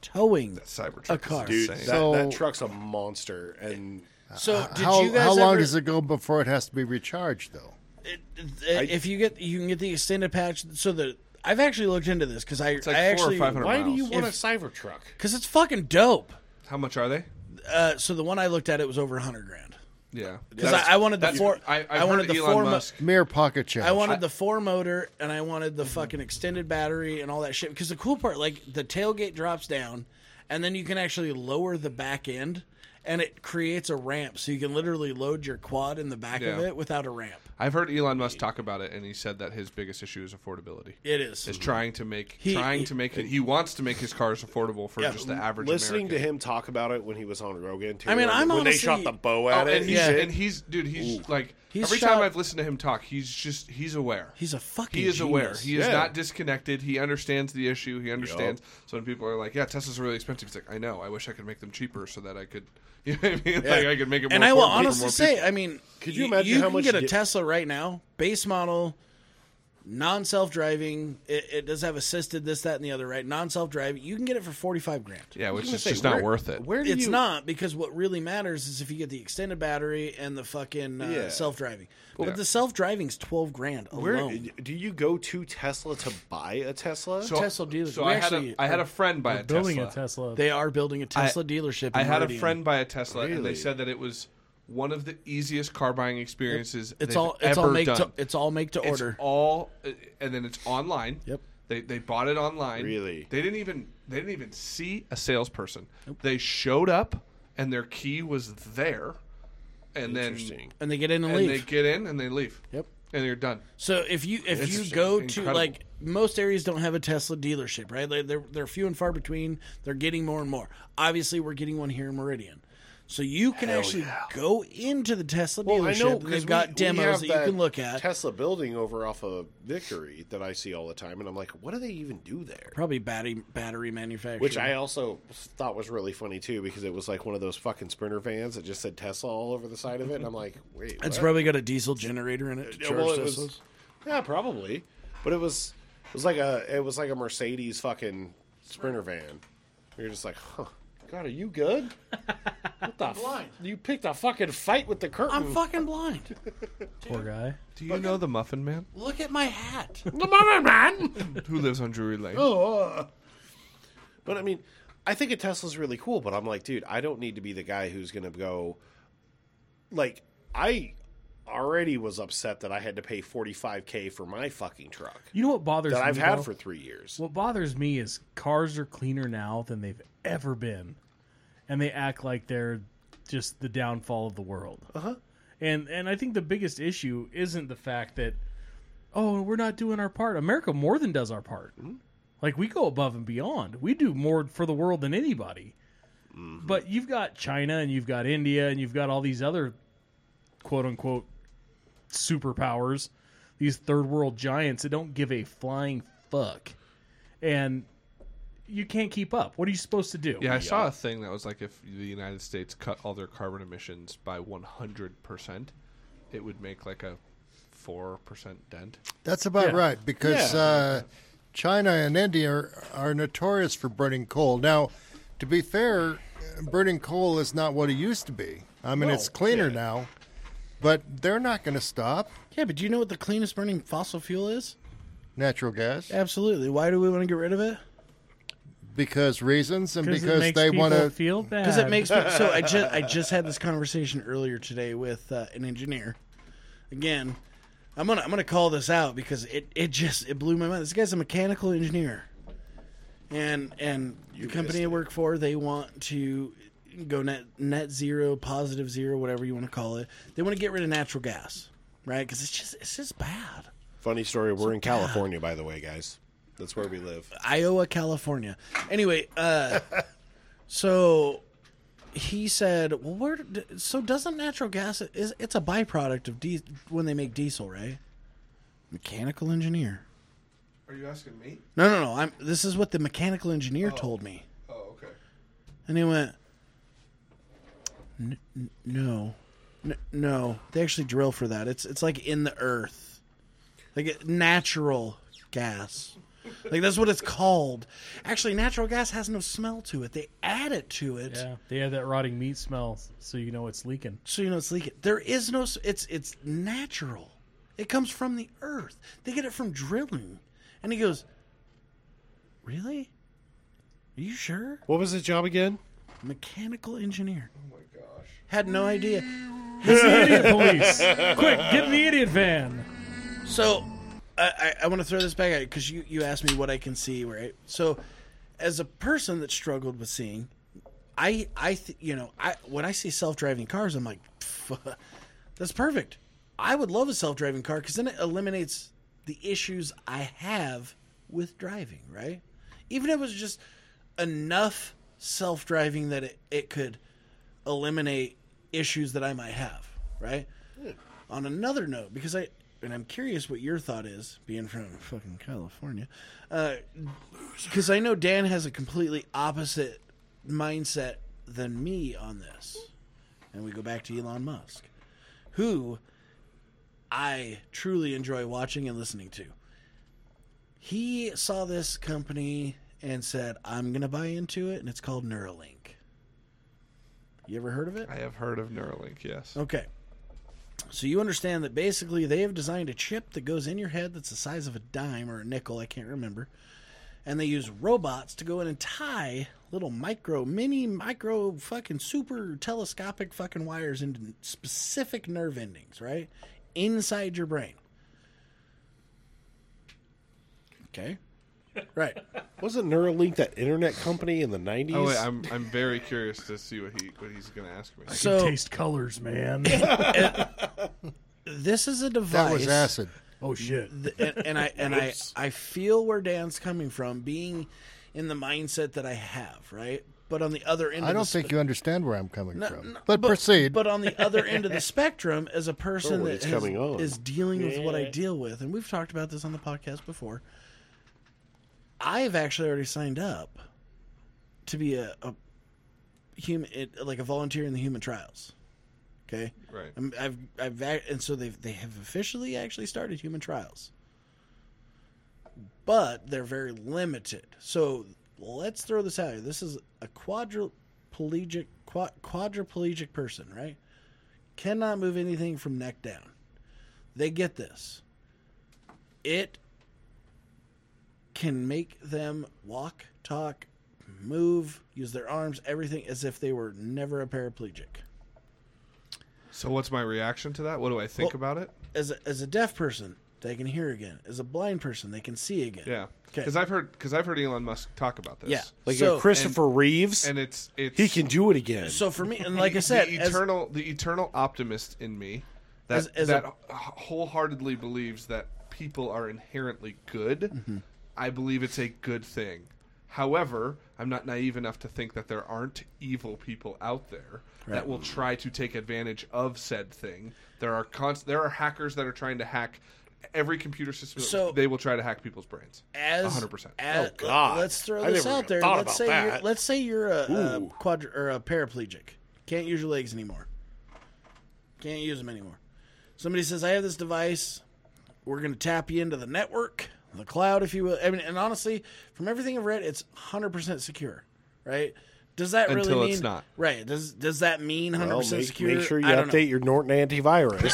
Towing. Cybertruck. A is car. Dude, that, insane. So- that truck's a monster, and so did how you guys? how long ever- does it go before it has to be recharged, though? it- it- if you get you can get the extended patch. So the I've actually looked into this because I like I four or actually 500 why do miles. you want If- a Cybertruck? because it's fucking dope. How much are they? Uh, so the one I looked at it was over hundred grand. Yeah, Because I, I wanted the that's- four. I- I, I've heard wanted the Elon four. mo- Musk- Mere pocket change. I wanted the four motor, and I wanted the fucking extended battery and all that shit. Because the cool part, like the tailgate drops down, and then you can actually lower the back end, and it creates a ramp, so you can literally load your quad in the back of Yeah. it without a ramp. I've heard Elon Musk talk about it, and he said that his biggest issue is affordability. It is. Is trying to make He- trying he- to make it. He wants to make his cars affordable for Yeah, just the average. Uh, Listening American. to him talk about it when he was on Rogan, too, I mean, when- I'm when they honestly- shot the bow Oh, at it, and he's Yeah. and he's dude. He's like He's every shot- time I've listened to him talk, he's just he's aware. He's a fucking. he is aware. genius. He is Yeah. not disconnected. He understands the issue. He understands. So when people are like, "Yeah, Tesla's really expensive," he's like, "I know. I wish I could make them cheaper so that I could, you know, what I mean, like I could make it." More and I will affordable for honestly more say, people." I mean, could you imagine you how can much get a di- Tesla right now, base model, non self driving. It, it does have assisted this, that, and the other, right? Non self driving. You can get it for forty five grand. Yeah, which gonna is say, just where- not worth it. Where do It's you- not because what really matters is if you get the extended battery and the fucking uh, Yeah. self driving. Yeah. But the self driving's twelve grand alone. Where do you go to Tesla to buy a Tesla? So- Tesla dealers. So We I had a actually I had a friend buy a Building Tesla. a Tesla. They are building a Tesla I- dealership. I in had a Meridian. friend buy a Tesla, and they Really? said that it was one of the easiest car buying experiences It's they've all it's ever all make done. to, it's all make to It's order. all, uh, and then it's online. Yep. They they bought it online. Really? They didn't even they didn't even see a salesperson. They showed up, and their key was there, and then Interesting. and they get in and, and leave. they get in and they leave. Yep. And you're done. So if you if It's you go to incredible. like most areas don't have a Tesla dealership, right? They're, they're they're few and far between. They're getting more and more. Obviously, we're getting one here in Meridian. So you can actually go into the Tesla dealership. and they've 'cause got we- we demos have that you can look at. Tesla building over off of Victory that I see all the time, and I'm like, what do they even do there? Probably battery battery manufacturer. Which I also thought was really funny too, because it was like one of those fucking sprinter vans that just said Tesla all over the side of it, and I'm like, wait, it's what? probably got a diesel generator in it. To Yeah, charge well, it Teslas. was, yeah, probably, but it was it was like a it was like a Mercedes fucking sprinter van. You're just like, huh. God, are you good? What the? F- you picked a fucking fight with the curtain. I'm fucking blind. Poor guy. Do you know the Muffin Man Look at my hat. who lives on Drury Lane? But I mean, I think a Tesla's really cool, but I'm like, dude, I don't need to be the guy who's going to go like I already was upset that I had to pay 45k for my fucking truck You know what bothers that me? I've had though? for 3 years. What bothers me is cars are cleaner now than they've ever been, and they act like they're just the downfall of the world. Uh huh. And and I think the biggest issue isn't the fact that oh we're not doing our part. America more than does our part. Like we go above and beyond. We do more for the world than anybody. But you've got China and you've got India and you've got all these other quote unquote superpowers, these third world giants that don't give a flying fuck. And you can't keep up. What are you supposed to do? Yeah, I saw a thing that was like if the United States cut all their carbon emissions by 100%, it would make like a 4% dent. That's about right because Yeah. uh, China and India are, are notorious for burning coal. Now, to be fair, burning coal is not what it used to be. I mean, it's cleaner now, but they're not going to stop yeah, but do you know what the cleanest burning fossil fuel is? natural gas Absolutely. Why do we want to get rid of it? because reasons and Because because they want to. feel bad. because it makes me so i just i just had this conversation earlier today with uh, an engineer again i'm gonna i'm gonna call this out because it it just it blew my mind this guy's a mechanical engineer and and the company i work for they want to go net net zero positive zero whatever you want to call it they want to get rid of natural gas right because it's just it's just bad Funny story, we're in California by the way, guys. That's where we live. Iowa, California. Anyway, uh, so he said, "Well, where? d- So doesn't natural gas is it's a byproduct of di- when they make diesel, right? Mechanical engineer. Are you asking me? No, no, no. I'm. This is what the mechanical engineer told me, Oh, okay. and he went, "N- n- no, N- no. They actually drill for that. It's it's like in the earth, like it- natural gas." Like that's what it's called. Actually, natural gas has no smell to it. They add it to it, Yeah, they have that rotting meat smell, so you know it's leaking. so you know it's leaking. There is no. s- It's it's natural. It comes from the earth. They get it from drilling. And he goes, "Really? Are you sure?" What was the job again? Mechanical engineer. Oh my gosh. Had no idea. idiot police! Quick, get in the idiot van. So, I, I, I want to throw this back at you because you, you asked me what I can see, right? So, as a person that struggled with seeing, I I th- you know I when I see self driving cars, I'm like, "Pff, that's perfect. I would love a self driving car because then it eliminates the issues I have with driving, right? Even if it was just enough self driving that it, it could eliminate issues that I might have, right? on another note, because I and I'm curious what your thought is, being from fucking California, because I know Dan has a completely opposite mindset than me on this, and we go back to Elon Musk, who I truly enjoy watching and listening to. He saw this company and said, "I'm going to buy into it," and it's called Neuralink. You ever heard of it? I have heard of Neuralink. Yes. Okay. So you understand that basically they have designed a chip that goes in your head that's the size of a dime or a nickel, I can't remember. And they use robots to go in and tie little micro, mini, micro, fucking super telescopic fucking wires into specific nerve endings, right? Inside your brain. Okay. Right. Wasn't Neuralink that internet company in the 90s? Oh wait, I'm I'm very curious to see what he what he's going to ask me. So Taste colors, man. this is a device. That was acid. oh shit. Th- and, and I and I I feel where Dan's coming from, being in the mindset that I have, right? But on the other end, I of don't the think spe- you understand where I'm coming No, from. no, but, proceed. But on the other end of the spectrum, as a person Oh, that it's has- coming on. is dealing with what I deal with, and we've talked about this on the podcast before, I've actually already signed up to be a, a human, it, like a volunteer in the human trials. Okay, Right. I'm, I've, I've, vac- and so they they have officially actually started human trials, but they're very limited. So let's throw this out here. This is a quadriplegic qua- quadriplegic person, right? Cannot move anything from neck down. They get this. It can make them walk, talk, move, use their arms, everything as if they were never a paraplegic. So what's my reaction to that? What do I think Well- about it? as a, as a deaf person, they can hear again. As a blind person, they can see again. Yeah. 'Kay. Because I've heard because I've heard Elon Musk talk about this. Yeah. like so- uh, Christopher Reeves. And it's it's he can do it again. So for me, and like I said, the as- eternal the eternal optimist in me that As- as that a- wholeheartedly believes that people are inherently good. Mm-hmm. I believe it's a good thing. However, I'm not naive enough to think that there aren't evil people out there that will try to take advantage of said thing. There are const- there are hackers that are trying to hack every computer system. So- they will try to hack people's brains. as 100%. as- Oh, God. Let's throw I this never out there. thought Let's about say you're, that. let's say you're a, a Ooh. quadri- or a paraplegic. Can't use your legs anymore. Can't use them anymore. Somebody says, "I have this device. We're going to tap you into the network, the cloud, if you will." I mean, and honestly, from everything I've read, it's 100% secure, right? Does that Until really mean it's not. right? Does does that mean 100% Well, make, secure? make sure you I don't update know. your Norton antivirus.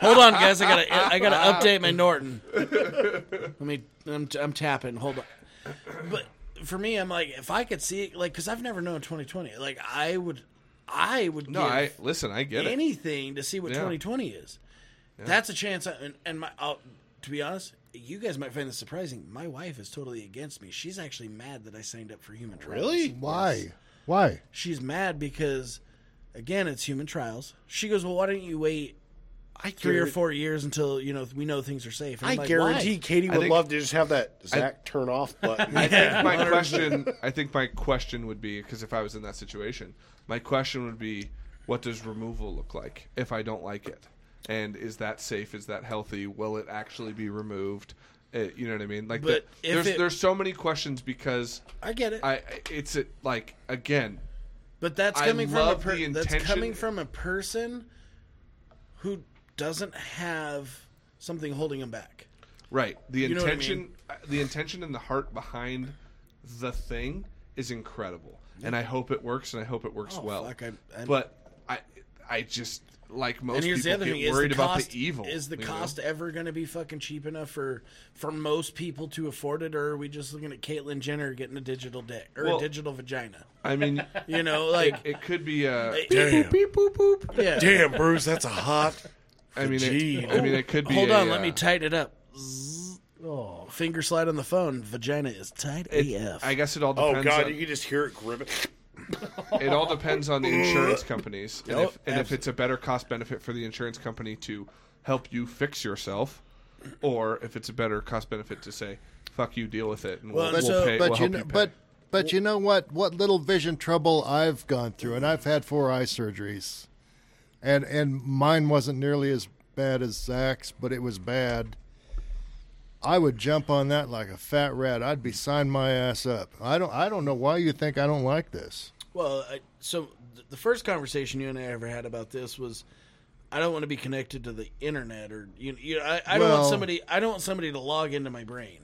Hold on, guys. I gotta I gotta update my Norton. Let me. I'm I'm tapping. Hold on. But for me, I'm like, if I could see it, like, because I've never known 2020. Like, I would, I would No, give I listen. I get it. anything to see what Yeah. 2020 is. That's a chance. I, and, and my, I'll, to be honest, you guys might find this surprising. My wife is totally against me. She's actually mad that I signed up for human trials. Why? Why? She's mad because, again, it's human trials. She goes, well, why don't you wait? I three or guarantee- four years until you know we know things are safe. And I I'm like, guarantee why? Katie I would think- love to just have that Zach turn off button. I think my question I think my question would be because if I was in that situation, my question would be what does removal look like if I don't like it? And is that safe? Is that healthy? Will it actually be removed? Uh, you know what I mean? Like But the, if there's it- there's so many questions because I get it, I it's a, like again, but that's I coming from a love per- the that's intention- coming from a person who doesn't have something holding him back. Right. The know what I intention, uh, the intention and the heart behind the thing is incredible, and I hope it works, and I hope it works Oh, well. fuck, I- I- but I, I just like most And here's the people other get thing: is worried the about cost the evil. is the you know? cost ever going to be fucking cheap enough for for most people to afford it, or are we just looking at Caitlyn Jenner getting a digital dick or Well- a digital vagina? I mean, You know, like it could be. Uh, Damn. yeah. Damn, Bruce, that's a hot. I mean, it, Gee. I mean, it could be. Hold a, on, let uh, me tighten it up. Zzz. Oh, Finger slide on the phone. Vagina is tight AF. I guess it all Oh depends. God, on, you can just hear it gripping. it all depends on the insurance companies and, Nope, if, and if it's a better cost benefit for the insurance company to help you fix yourself or if it's a better cost benefit to say fuck you deal with it and we'll, Well, But, we'll so- pay but we'll you help know, you pay. but but you know what? What little vision trouble I've gone through, and I've had four eye surgeries, and and mine wasn't nearly as bad as Zach's, but it was bad. I would jump on that like a fat rat. I'd be signing my ass up. I don't. I don't know why you think I don't like this. Well, I, so th- the first conversation you and I ever had about this was I don't want to be connected to the internet or you. you I, I don't Well- want somebody. I don't want somebody to log into my brain.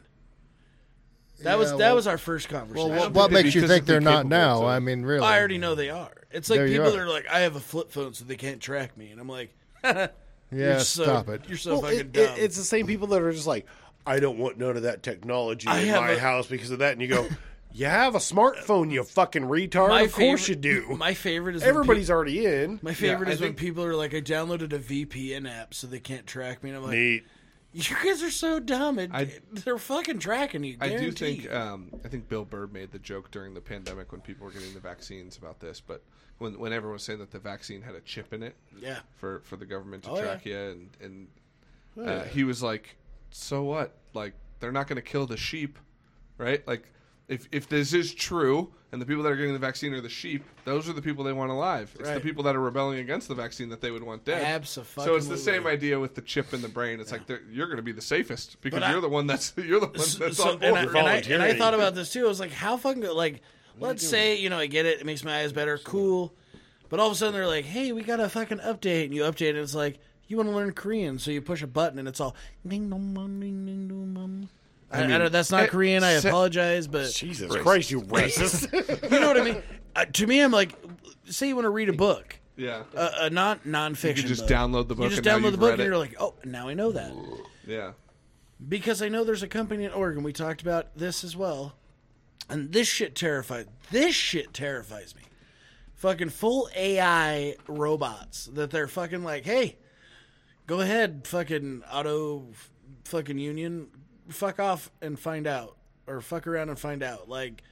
That was Yeah, that well- was our first Well, conversation. don't what, think what they'd makes be you think they're physically not capable of now? it. I mean, really? I already know they are. It's like There you people that are. are like, I have a flip phone so they can't track me, and I'm like, Yeah, you're so- stop it. You're so Well, fucking it- it- dumb. it's the same people that are just like, I don't want none of that technology I in have my a- house because of that. And you go, you have a smartphone, you fucking retard. my of course you favorite- do. My favorite is when Everybody's peop- already in. my favorite I is when think- people are like, I downloaded a VPN app so they can't track me, and I'm like, Neat. you guys are so dumb. It, I- they're fucking tracking you. I do guaranteed. think um, I think Bill Bird made the joke during the pandemic when people were getting the vaccines about this, but when when everyone was saying that the vaccine had a chip in it, Yeah. for for the government to Oh, track you, and and uh, he was like, so what? Like they're not going to kill the sheep, right? Like if if this is true, and the people that are getting the vaccine are the sheep, those are the people they want alive. It's the Right. people that are rebelling against the vaccine that they would want dead. Abso-fucking-lutely. So it's the same idea with the chip in the brain. It's like like you're going to be the safest because But I- you're the one that's you're the one that's So- so- on board. and, I, and, I, and I Volunteering. thought about this too. I was like, how fucking good. Like, let's say, you know, I get it. It makes my eyes better. Cool. But all of a sudden they're like, hey, we got a fucking update. And you update and it's like, you want to learn Korean. So you push a button and it's all ding dong dong ding ding dong dong. I, I, don't, that's not it- Korean. I eh, se- apologize, but Jesus Christ, you racist. you know what I mean. Uh, to me, I'm like, say you want to read a book, Yeah. a, a non nonfiction. You just book. download the book You just and now download you've the book and read it. you're like, oh, now I know that yeah. because I know there's a company in Oregon. We talked about this as well, and this shit terrifies. This shit terrifies me. Fucking full AI robots that they're fucking like, hey, go ahead, fucking auto, f- fucking union, fuck off and find out, or fuck around and find out. Like,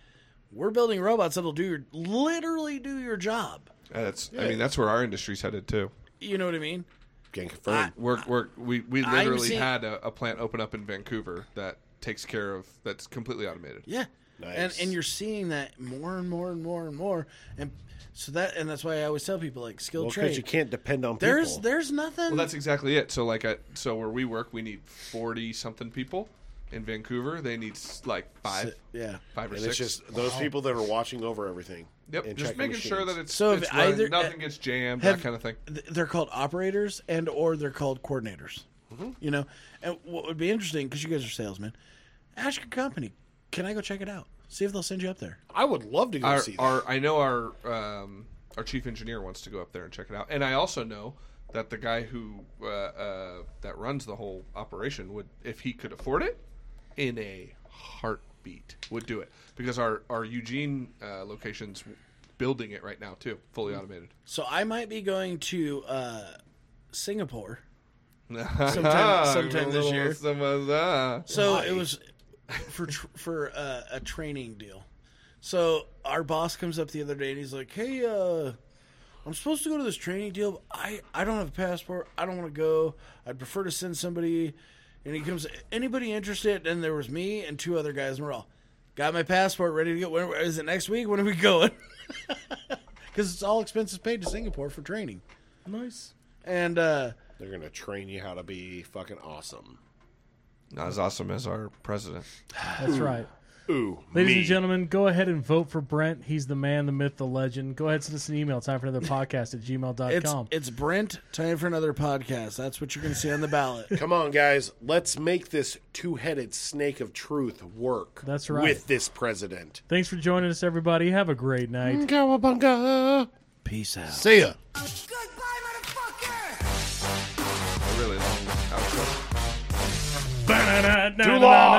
we're building robots that'll do your literally do your job. Uh, That's I mean that's where our industry's headed too. You know what I mean? Can confirm. We're, we're we we I'm literally seeing- had a, a plant open up in Vancouver that takes care of that's completely automated. Yeah. And Nice. and you're seeing that more and more and more and more. And so that and that's why I always tell people like skilled Well, trade. because you can't depend on people. there's there's nothing Well, that's exactly it. So like at so where we work, we need forty something people in Vancouver. They need s- like five, yeah. five or and six. it's just those people that are watching over everything. yep, and just checking making sure that machines. it's So so if it's running, either- nothing gets jammed, have- that kind of thing. th- they're called operators and or they're called coordinators. Mm-hmm. You know, and what would be interesting because you guys are salesmen, ask your company, can I go check it out? See if they'll send you up there. I would love to go our, see that. our I know our um, our chief engineer wants to go up there and check it out, and I also know that the guy who uh, uh, that runs the whole operation would, if he could afford it, in a heartbeat would do it because our our Eugene uh, locations building it right now too, fully Hmm. automated. So I might be going to uh, Singapore. sometime this year. Some of that. So it was for tr- for uh, a training deal. So our boss comes up the other day and he's like, "Hey, uh, I'm supposed to go to this training deal. But I I don't have a passport. I don't want to go. I'd prefer to send somebody." And he comes, "Anybody interested?" And there was me and two other guys, and we're all got my passport ready to go. When is it next week? When are we going? Because it's all expenses paid to Singapore for training. Nice. And uh, They're gonna train you how to be fucking awesome. Not as awesome as our president. That's right. Ooh, Ladies me. and gentlemen, go ahead and vote for Brent. He's the man, the myth, the legend. Go ahead, send us an email. Time for another podcast at gmail.com. it's it's Brent. Time for another podcast. That's what you're going to see on the ballot. Come on, guys. Let's make this two-headed snake of truth work. That's right. With this president. Thanks for joining us, everybody. Have a great night. Cowabunga. Peace out. See ya. Goodbye, motherfucker! A really long outro. Too long.